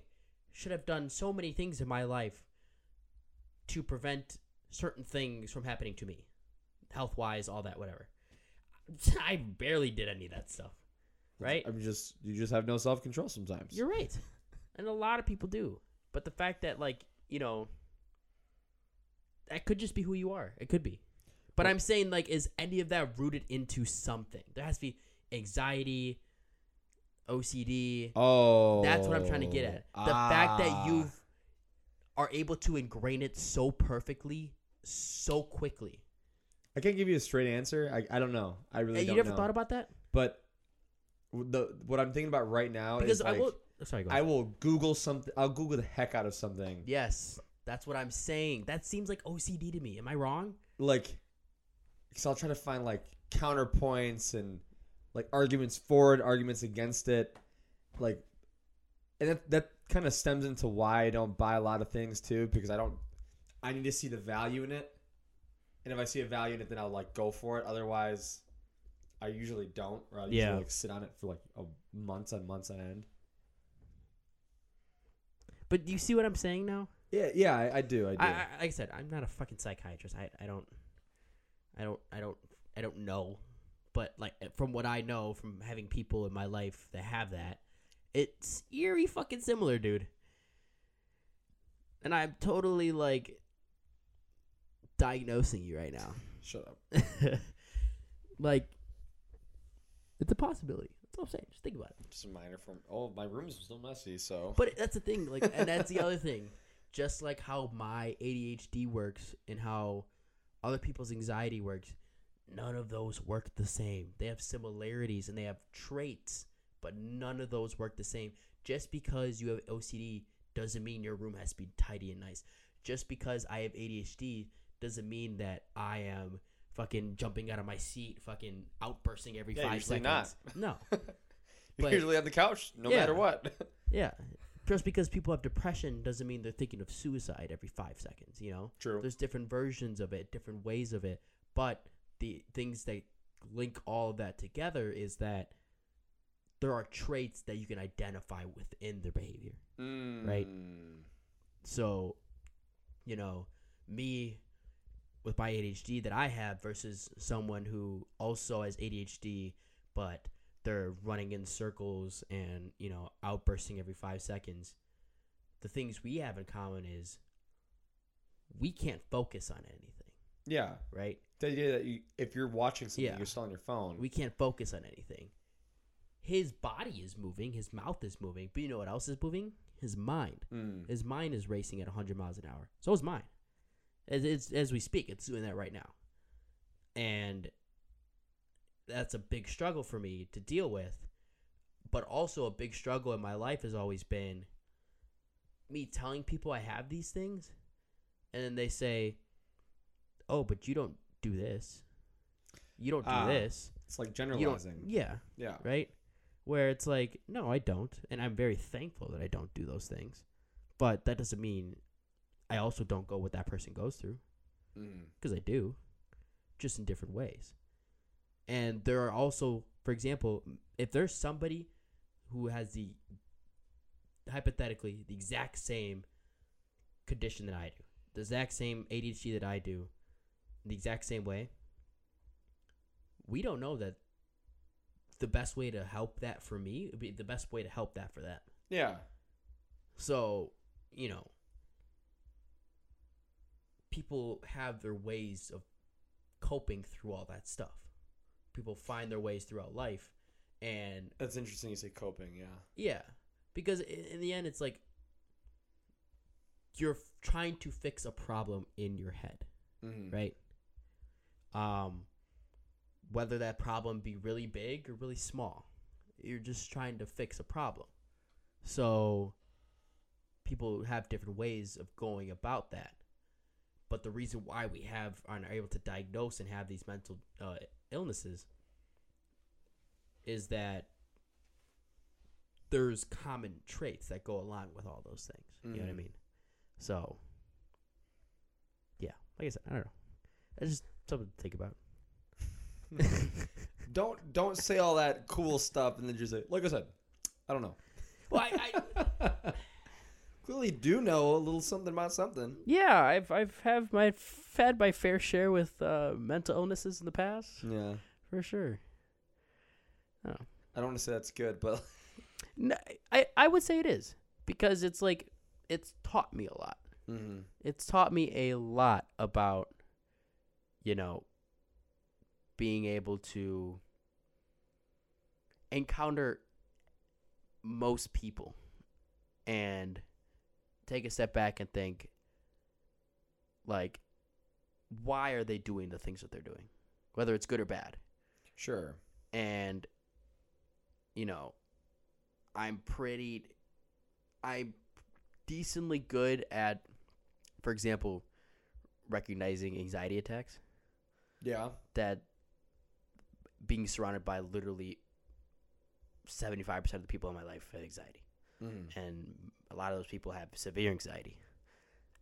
Speaker 1: should have done so many things in my life to prevent certain things from happening to me. Health wise, all that, whatever. I barely did any of that stuff. Right?
Speaker 2: I'm just you just have no self control sometimes.
Speaker 1: You're right. And a lot of people do. But the fact that like, you know, that could just be who you are. It could be. But
Speaker 2: Well-
Speaker 1: I'm saying like is any of that rooted into something? There has to be anxiety, OCD.
Speaker 2: oh, Ah.
Speaker 1: That's what I'm trying to get at. The fact that you are able to ingrain it so perfectly so quickly.
Speaker 2: I can't give you a straight answer. I, I don't know. I really
Speaker 1: Hey,
Speaker 2: don't
Speaker 1: Eh, you never
Speaker 2: know.
Speaker 1: thought about that?
Speaker 2: but w- the what I'm thinking about right now
Speaker 1: Because
Speaker 2: is Oh, like,
Speaker 1: I will sorry, go ahead.
Speaker 2: I will Google something. I'll Google the heck out of something.
Speaker 1: Yes. That's what I'm saying. That seems like OCD to me. Am I wrong?
Speaker 2: Like, because I'll try to find like counterpoints and like arguments for it, arguments against it. Like, and that, that kind of stems into why I don't buy a lot of things too, because I don't, I need to see the value in it. And if I see a value in it, then I'll like go for it. Otherwise, I usually don't, or I usually
Speaker 1: Yeah.
Speaker 2: like sit on it for like a, months on months on end.
Speaker 1: But do you see what I'm saying now?
Speaker 2: Yeah, yeah, I, I do. I do.
Speaker 1: I, I like I said, I'm not a fucking psychiatrist. I, I don't, I don't, I don't, I don't know. But like eh, from what I know from having people in my life that have that, it's eerie fucking similar, dude. And I'm totally like diagnosing you right now.
Speaker 2: Shut up.
Speaker 1: like, it's a possibility. That's all I'm saying. Just think about it.
Speaker 2: Just a minor form. Oh, my room is still messy, so.
Speaker 1: But that's the thing, like, and that's the other thing. Just like how my ADHD works and how other people's anxiety works, none of those work the same. They have similarities and they have traits, but none of those work the same. Just because you have OCD doesn't mean your room has to be tidy and nice. Just because I have ADHD doesn't mean that I am fucking jumping out of my seat, fucking outbursting every
Speaker 2: Yeah,
Speaker 1: five
Speaker 2: usually
Speaker 1: seconds.
Speaker 2: not.
Speaker 1: No.
Speaker 2: You're
Speaker 1: But-
Speaker 2: usually on the couch, no
Speaker 1: Yeah.
Speaker 2: matter what.
Speaker 1: Yeah. Just because people have depression doesn't mean they're thinking of suicide every five seconds, you know?
Speaker 2: True.
Speaker 1: There's different versions of it, different ways of it. But the things that link all of that together is that there are traits that you can identify within their behavior.
Speaker 2: Hmm.
Speaker 1: right. So, you know, me with my ADHD that I have versus someone who also has ADHD, but they're running in circles and, you know, outbursting every five seconds. The things we have in common is we can't focus on anything,
Speaker 2: Yeah.
Speaker 1: right?
Speaker 2: The idea that you, if you're watching something,
Speaker 1: Yeah.
Speaker 2: you're still on your phone.
Speaker 1: We can't focus on anything. His body is moving, his mouth is moving, but you know what else is moving? His mind.
Speaker 2: Mm.
Speaker 1: His mind is racing at 100 miles an hour. So is mine. As, it's, as we speak, it's doing that right now. And that's a big struggle for me to deal with. But also, a big struggle in my life has always been me telling people I have these things. And then they say, oh, but you don't do this. You don't do
Speaker 2: Ah,
Speaker 1: this.
Speaker 2: It's like
Speaker 1: You don't,
Speaker 2: generalizing.
Speaker 1: yeah
Speaker 2: yeah.
Speaker 1: right? Where it's like, no, I don't, and I'm very thankful that I don't do those things, but that doesn't mean I also don't go what that person goes through
Speaker 2: Mm.
Speaker 1: because I do, just in different ways. And there are also, for example, if there's somebody who has the hypothetically the exact same condition that I do, the exact same ADHD that I do, the exact same way, we don't know that the best way to help that for me would be the best way to help that for them.
Speaker 2: Yeah.
Speaker 1: So, you know, people have their ways of coping through all that stuff. People find their ways throughout life. And
Speaker 2: That's interesting you say coping, yeah.
Speaker 1: yeah, because i- in the end, it's like you're f- trying to fix a problem in your head,
Speaker 2: Mm.
Speaker 1: right? Um, whether that problem be really big or really small, you're just trying to fix a problem. So people have different ways of going about that. But the reason why we have aren't able to diagnose and have these mental uh, illnesses is that there's common traits that go along with all those things. You know what I
Speaker 2: Mhm.
Speaker 1: mean? So, yeah, like I said, I don't know. It's just something to think about.
Speaker 2: Don't don't say all that cool stuff and then just say, like I said, I don't know.
Speaker 1: Well, I, I
Speaker 2: Clearly, do know a little something about something.
Speaker 1: yeah, I've I've have my had my fair share with uh, mental illnesses in the past
Speaker 2: Yeah,
Speaker 1: for sure.
Speaker 2: I don't want to say that's good, but
Speaker 1: No, I I would say it is because it's like it's taught me a lot.
Speaker 2: Mhm.
Speaker 1: It's taught me a lot about you know being able to encounter most people and take a step back and think like why are they doing the things that they're doing whether it's good or bad
Speaker 2: sure.
Speaker 1: and you know i'm pretty i'm decently good at for example recognizing anxiety attacks
Speaker 2: Yeah,
Speaker 1: that being surrounded by literally 75% of the people in my life had anxiety
Speaker 2: Mhm.
Speaker 1: and a lot of those people have severe anxiety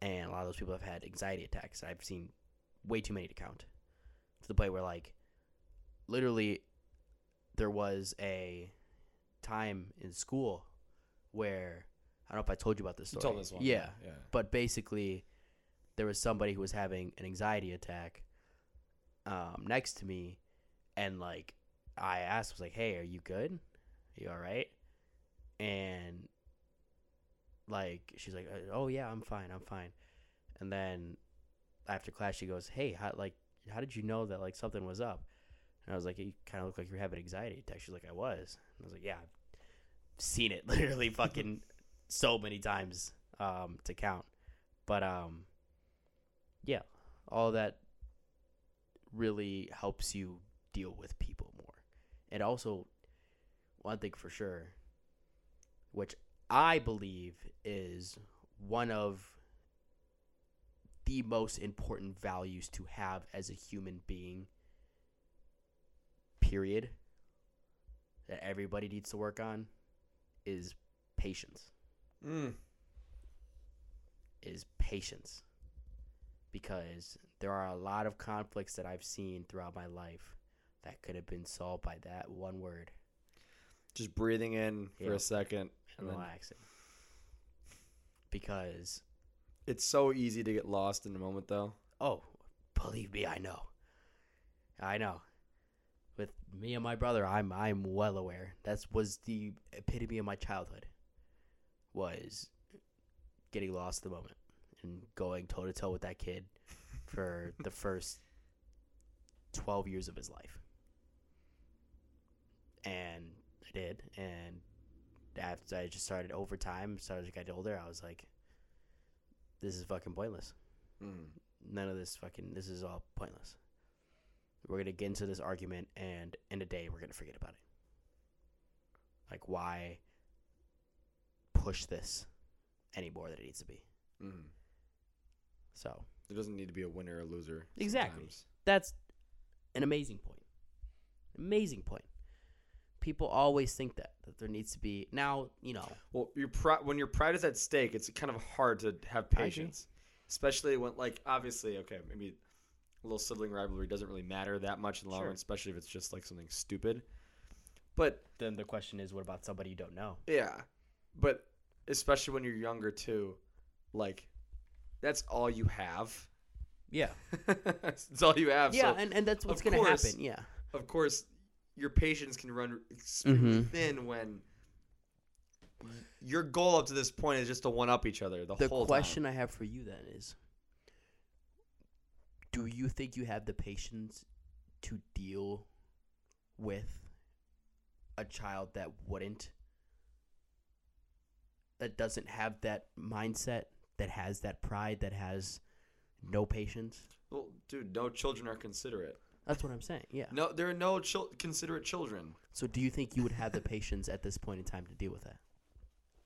Speaker 1: and a lot of those people have had anxiety attacks i've seen way too many to count to the point where like literally there was a time in school where i don't know if i told you about this
Speaker 2: you
Speaker 1: story
Speaker 2: told this one.
Speaker 1: yeah
Speaker 2: yeah.
Speaker 1: but basically there was somebody who was having an anxiety attack um, next to me and like i asked was like hey are you good are you all right and like she's like oh yeah i'm fine i'm fine and then after class she goes hey how like how did you know that like something was up and i was like you kind of look like you're having an anxiety attack she's like i was and i was like yeah i've seen it literally fucking so many times um, to count. But um, yeah, all that really helps you deal with people more. And also, one thing for sure, which I believe is one of the most important values to have as a human being, period, that everybody needs to work on is patience
Speaker 2: Mm.
Speaker 1: is patience because there are a lot of conflicts that I've seen throughout my life that could have been solved by that one word
Speaker 2: Just breathing in for
Speaker 1: Yeah.
Speaker 2: a second.
Speaker 1: and
Speaker 2: And then-
Speaker 1: relaxing. Because,
Speaker 2: It's so easy to get lost in the moment, though.
Speaker 1: oh, believe me, I know. I know. With me and my brother, I'm I'm well aware. That was the epitome of my childhood. Was getting lost in the moment and going toe to toe with that kid for the first 12 years of his life. And I did. And after I just started over time, started to get older, I was like, this is fucking pointless.
Speaker 2: Mm.
Speaker 1: None of this fucking, this is all pointless. We're going to get into this argument, and in a day, we're going to forget about it. Like, why push this any more than it needs to be?
Speaker 2: Mm.
Speaker 1: So,
Speaker 2: There doesn't need to be a winner or loser.
Speaker 1: Exactly.
Speaker 2: sometimes.
Speaker 1: that's an amazing point. Amazing point. People always think that that there needs to be now. You know,
Speaker 2: Well, your pri- when your pride is at stake, it's kind of hard to have
Speaker 1: agree.
Speaker 2: patience, especially when, like, obviously, okay, maybe a little sibling rivalry doesn't really matter that much in the long
Speaker 1: Sure.
Speaker 2: run, especially if it's just like something stupid. But
Speaker 1: then the question is, what about somebody you don't know?
Speaker 2: yeah, but especially when you're younger too, like, that's all you have.
Speaker 1: Yeah,
Speaker 2: it's all you have.
Speaker 1: yeah,
Speaker 2: so
Speaker 1: and, and that's what's
Speaker 2: of
Speaker 1: gonna
Speaker 2: course-
Speaker 1: happen. Yeah,
Speaker 2: of course, your patience can run extremely
Speaker 1: Mhm.
Speaker 2: thin when your goal up to this point is just to one up each other the,
Speaker 1: the
Speaker 2: whole
Speaker 1: question I have for you then is, do you think you have the patience to deal with a child that wouldn't, that doesn't have that mindset, that has that pride, that has no patience?
Speaker 2: Well, dude, no children are considerate.
Speaker 1: That's what I'm saying. Yeah.
Speaker 2: No, there are no chil- considerate children.
Speaker 1: So do you think you would have the patience at this point in time to deal with that?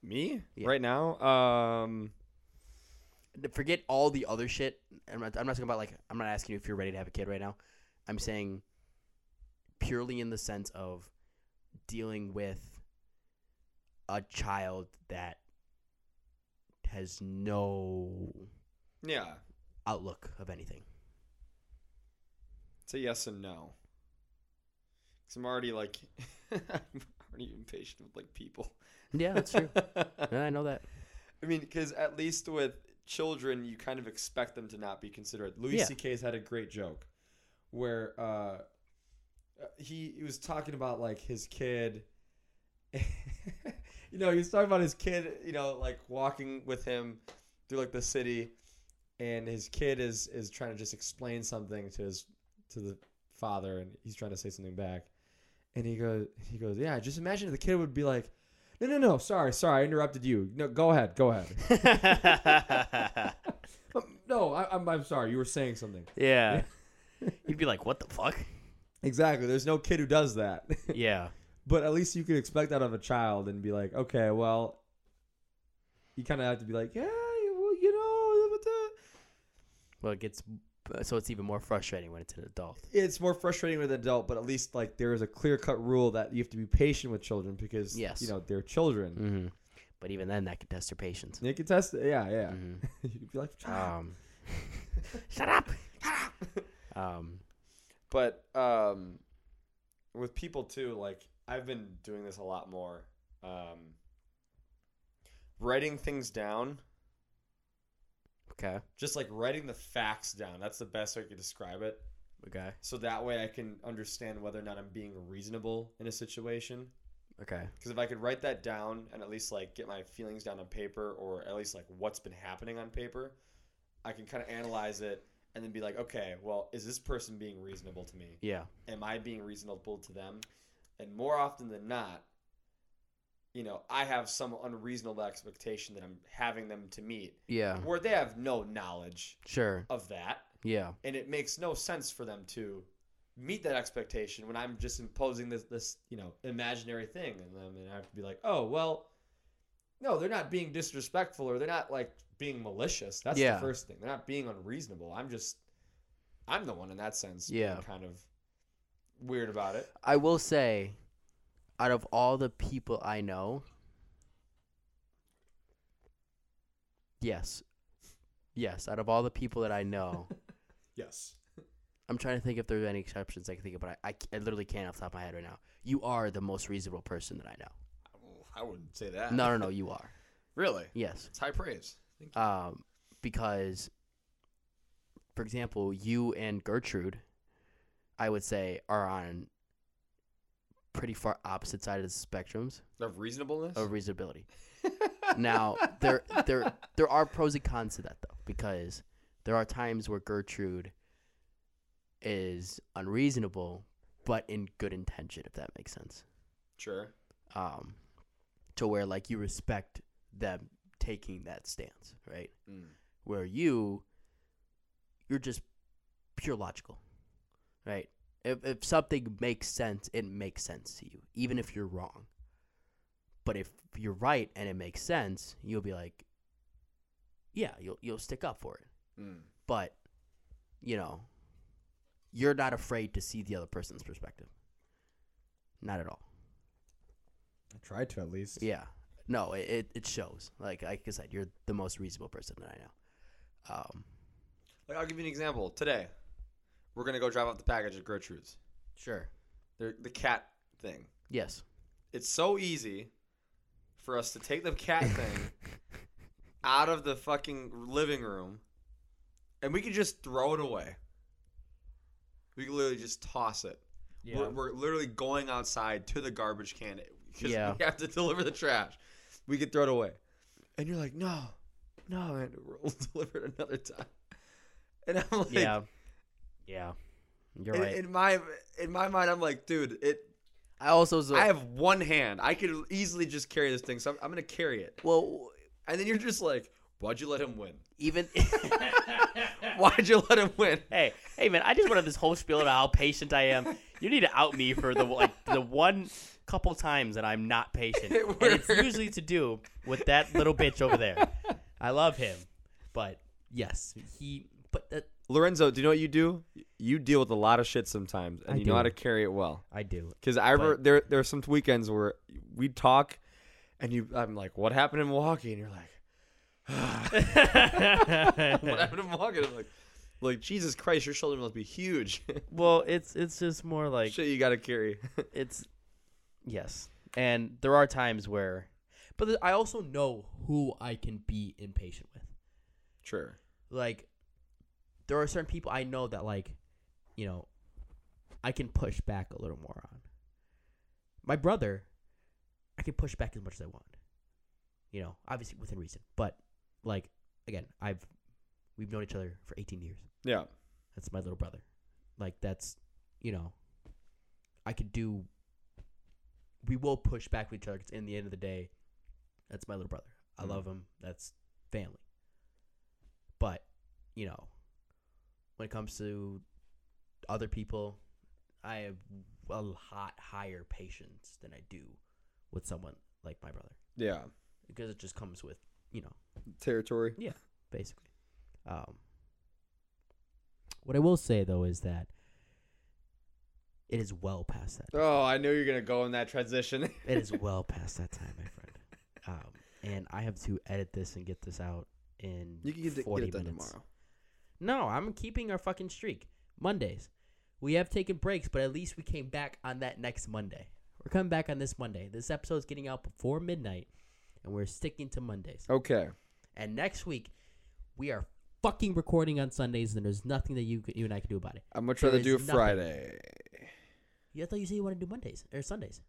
Speaker 2: Me
Speaker 1: Yeah.
Speaker 2: right now? Um,
Speaker 1: Forget all the other shit. I'm not, I'm not talking about like I'm not asking you if you're ready to have a kid right now. I'm saying purely in the sense of dealing with a child that has no
Speaker 2: yeah,
Speaker 1: outlook of anything.
Speaker 2: it's a yes and no. Cause I'm already like, I'm already impatient with like people.
Speaker 1: Yeah, that's true. yeah, I know that.
Speaker 2: I mean, because at least with children, you kind of expect them to not be considerate. Louis
Speaker 1: Yeah.
Speaker 2: C.K.'s had a great joke where uh, uh, he, he was talking about like his kid. you know, he was talking about his kid. You know, like walking with him through like the city, and his kid is is trying to just explain something to his to the father, and he's trying to say something back. And he goes, he goes, yeah. Just imagine if the kid would be like, no, no, no. Sorry, sorry. I interrupted you. No, go ahead. Go ahead. Um, no, I, I'm, I'm sorry. You were saying something.
Speaker 1: yeah. You'd be like, what the fuck?
Speaker 2: Exactly. There's no kid who does that.
Speaker 1: Yeah.
Speaker 2: but at least you could expect that of a child and be like, okay, well, you kind of have to be like, yeah, you- well, you know, what the-"
Speaker 1: Well, it gets so it's even more frustrating when it's an adult.
Speaker 2: it's more frustrating with an adult, but at least like there is a clear cut rule that you have to be patient with children because
Speaker 1: Yes.
Speaker 2: you know they're children.
Speaker 1: Mm-hmm. But even then, that could test your patience.
Speaker 2: They can test. It. Yeah, yeah.
Speaker 1: Mhm.
Speaker 2: You'd be like, "Shut up."
Speaker 1: Um, shut up. Um,
Speaker 2: But um, with people too, like I've been doing this a lot more. Um, writing things down,
Speaker 1: okay.
Speaker 2: just like writing the facts down. That's the best way I could describe it.
Speaker 1: Okay.
Speaker 2: So that way I can understand whether or not I'm being reasonable in a situation.
Speaker 1: Okay.
Speaker 2: Because if I could write that down and at least like get my feelings down on paper or at least like what's been happening on paper, I can kind of analyze it and then be like, okay, well, is this person being reasonable to me?
Speaker 1: Yeah.
Speaker 2: am I being reasonable to them? And more often than not, you know, I have some unreasonable expectation that I'm having them to meet
Speaker 1: Yeah.
Speaker 2: where they have no knowledge
Speaker 1: Sure.
Speaker 2: of that.
Speaker 1: Yeah.
Speaker 2: And it makes no sense for them to meet that expectation when I'm just imposing this, this you know, imaginary thing on them. And I have to be like, oh, well, no, they're not being disrespectful or they're not like being malicious. That's
Speaker 1: Yeah.
Speaker 2: the first thing. They're not being unreasonable. I'm just, I'm the one in that sense.
Speaker 1: Yeah.
Speaker 2: being Kind of weird about it.
Speaker 1: I will say, out of all the people I know, yes, yes, out of all the people that I know,
Speaker 2: Yes.
Speaker 1: I'm trying to think if there's any exceptions I can think of, but I, I, c- I literally can't off the top of my head right now. You are the most reasonable person that I know.
Speaker 2: I wouldn't say that.
Speaker 1: No, no, no, you are.
Speaker 2: Really?
Speaker 1: Yes.
Speaker 2: It's high praise. Thank
Speaker 1: um, because, for example, you and Gertrude, I would say, are on pretty far opposite side of the spectrums
Speaker 2: you. Of reasonableness?
Speaker 1: of reasonability. now, there, there, there are pros and cons to that though, because there are times where Gertrude is unreasonable, but in good intention, if that makes sense.
Speaker 2: Sure.
Speaker 1: Um, to where like you respect them taking that stance, right?
Speaker 2: Mm.
Speaker 1: where you you're just pure logical right if, if something makes sense it makes sense to you even if you're wrong but if you're right and it makes sense you'll be like yeah you'll you'll stick up for it
Speaker 2: Mm.
Speaker 1: but you know you're not afraid to see the other person's perspective not at all
Speaker 2: I tried to at least.
Speaker 1: yeah. No, it, it, it shows. Like like I said, you're the most reasonable person that I know. Um,
Speaker 2: Like, I'll give you an example. Today, we're going to go drive off the package at Gertrude's.
Speaker 1: sure.
Speaker 2: They're, the cat thing.
Speaker 1: Yes.
Speaker 2: It's so easy for us to take the cat thing out of the fucking living room and we could just throw it away. We could literally just toss it. We're, we're literally going outside to the garbage can because
Speaker 1: Yeah.
Speaker 2: we have to deliver the trash. We could throw it away. And you're like, no, no, and we'll deliver it another time. And I'm like,
Speaker 1: yeah. Yeah. You're
Speaker 2: in,
Speaker 1: right.
Speaker 2: in my in my mind, I'm like, dude, it.
Speaker 1: I also was
Speaker 2: I have one hand. I could easily just carry this thing, so I'm, I'm gonna carry it.
Speaker 1: well
Speaker 2: And then you're just like, why'd you let him win?
Speaker 1: even
Speaker 2: Why'd you let him win?
Speaker 1: Hey, hey man, I just went on this whole spiel about how patient I am. You need to out me for the like the one couple times that I'm not patient, and it's usually to do with that little bitch over there. I love him, but yes, he. But uh, that,
Speaker 2: Lorenzo, do you know what you do? You deal with a lot of shit sometimes, and
Speaker 3: I
Speaker 2: you know how
Speaker 3: do.
Speaker 2: to carry it well.
Speaker 1: I do.
Speaker 2: Because I remember
Speaker 1: But-
Speaker 2: there there were some weekends where we would talk, and you I'm like, what happened in Milwaukee? And you're like, what happened in Milwaukee? I'm like, like Jesus Christ, your shoulder must be huge.
Speaker 1: well, it's it's just more like
Speaker 2: shit, you gotta carry.
Speaker 1: it's yes, and there are times where, but th- I also know who I can be impatient with.
Speaker 2: sure.
Speaker 1: like there are certain people I know that like, you know, I can push back a little more on. My brother, I can push back as much as I want. You know, obviously within reason. But like again, I've we've known each other for 18 years.
Speaker 2: Yeah.
Speaker 1: That's my little brother. Like that's, you know, I could do. We will push back with each other. 'cause in the end of the day, that's my little brother. I
Speaker 2: Mhm.
Speaker 1: love him. That's family. But, you know, when it comes to other people, I have a lot higher patience than I do with someone like my brother
Speaker 2: Yeah.
Speaker 1: because it just comes with, you know,
Speaker 2: Territory.
Speaker 1: basically. Um, what I will say though is that it is well past that.
Speaker 2: Oh, I knew you were gonna go in that transition.
Speaker 1: It is well past that time, my friend. Um, and I have to edit this and get this out in
Speaker 2: You can get, it-
Speaker 1: 40
Speaker 2: get it done
Speaker 1: minutes.
Speaker 2: tomorrow.
Speaker 1: No, I'm keeping our fucking streak. Mondays, we have taken breaks, but at least we came back on that next Monday. We're coming back on this Monday. This episode's getting out before midnight, and we're sticking to Mondays.
Speaker 2: Okay.
Speaker 1: And next week, we are fucking recording on Sundays, and there's nothing that you c- you and I can do about it.
Speaker 2: I'm gonna
Speaker 1: There
Speaker 2: try to
Speaker 1: is
Speaker 2: do
Speaker 1: nothing.
Speaker 2: Friday.
Speaker 1: Yeah, I thought you said you want to do Mondays or Sundays,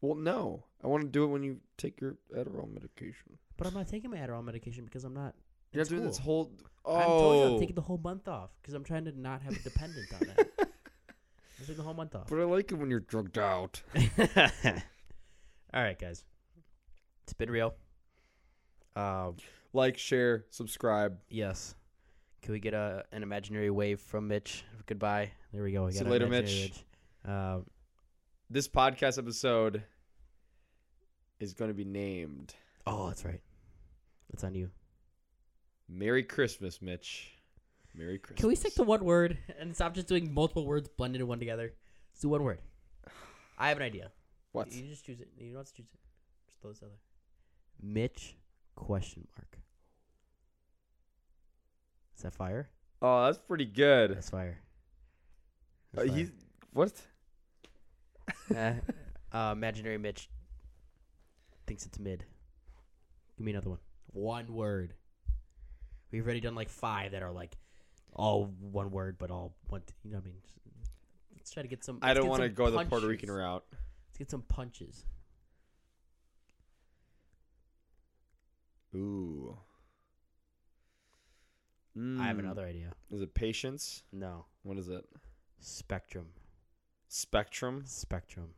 Speaker 2: Well, no, I want to do it when you take your Adderall medication.
Speaker 1: but I'm not taking my Adderall medication because I'm not.
Speaker 2: You're
Speaker 1: in
Speaker 2: not doing this
Speaker 1: school.
Speaker 2: whole. Oh,
Speaker 1: I'm told you I'm taking the whole month off because I'm trying to not have a dependent on that. I'm taking the whole month off.
Speaker 2: but I like it when you're drugged out.
Speaker 1: All right, guys. It's been real. Uh,
Speaker 2: Like, share, subscribe.
Speaker 1: yes. Can we get a an imaginary wave from Mitch? Goodbye. There we go. We
Speaker 2: See
Speaker 1: got
Speaker 2: you
Speaker 1: an
Speaker 2: later,
Speaker 1: imaginary
Speaker 2: Mitch.
Speaker 1: Mitch. Um,
Speaker 2: This podcast episode is going to be named
Speaker 1: oh, that's right. That's on you.
Speaker 2: "Merry Christmas, Mitch." Merry Christmas.
Speaker 1: Can we stick to one word and stop just doing multiple words blended in one together? Let's do one word. I have an idea.
Speaker 2: what?
Speaker 1: You just choose it. You don't have to choose it. Just throw this other. Mitch question mark. Is that fire?
Speaker 2: Oh, that's pretty good.
Speaker 1: That's fire.
Speaker 2: Uh,
Speaker 1: That's
Speaker 2: he's what?
Speaker 1: fire. Uh, uh, imaginary Mitch thinks it's mid. Give me another one. One word. We've already done like five that are like all one word, but all one. you know what I mean? Just- Let's try to get some.
Speaker 2: I
Speaker 1: let's
Speaker 2: don't
Speaker 1: get
Speaker 2: want to
Speaker 1: some
Speaker 2: go the Puerto
Speaker 1: punches.
Speaker 2: Rican route.
Speaker 1: Let's get some punches.
Speaker 2: Ooh.
Speaker 1: I have
Speaker 2: Mm.
Speaker 1: another idea.
Speaker 2: Is it patience?
Speaker 1: No.
Speaker 2: What is it?
Speaker 1: Spectrum.
Speaker 2: Spectrum.
Speaker 1: Spectrum.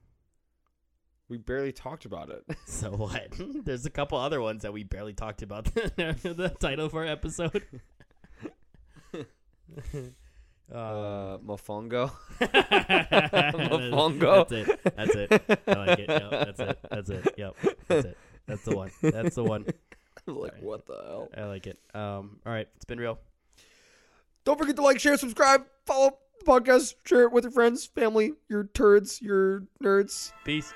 Speaker 2: We barely talked about it.
Speaker 1: So what? There's a couple other ones that we barely talked about. the title of our episode.
Speaker 2: Uh, mofongo.
Speaker 1: Mofongo.
Speaker 2: Mofongo.
Speaker 1: That's it. That's it. I like it. Yep, that's it. That's it. Yep. That's it. That's the one. That's the one.
Speaker 2: like,
Speaker 1: Sorry.
Speaker 2: what the hell?
Speaker 1: I like it. Um. All right. It's been real.
Speaker 2: Don't forget to like, share, subscribe, follow the podcast, share it with your friends, family, your turds, your nerds.
Speaker 1: Peace.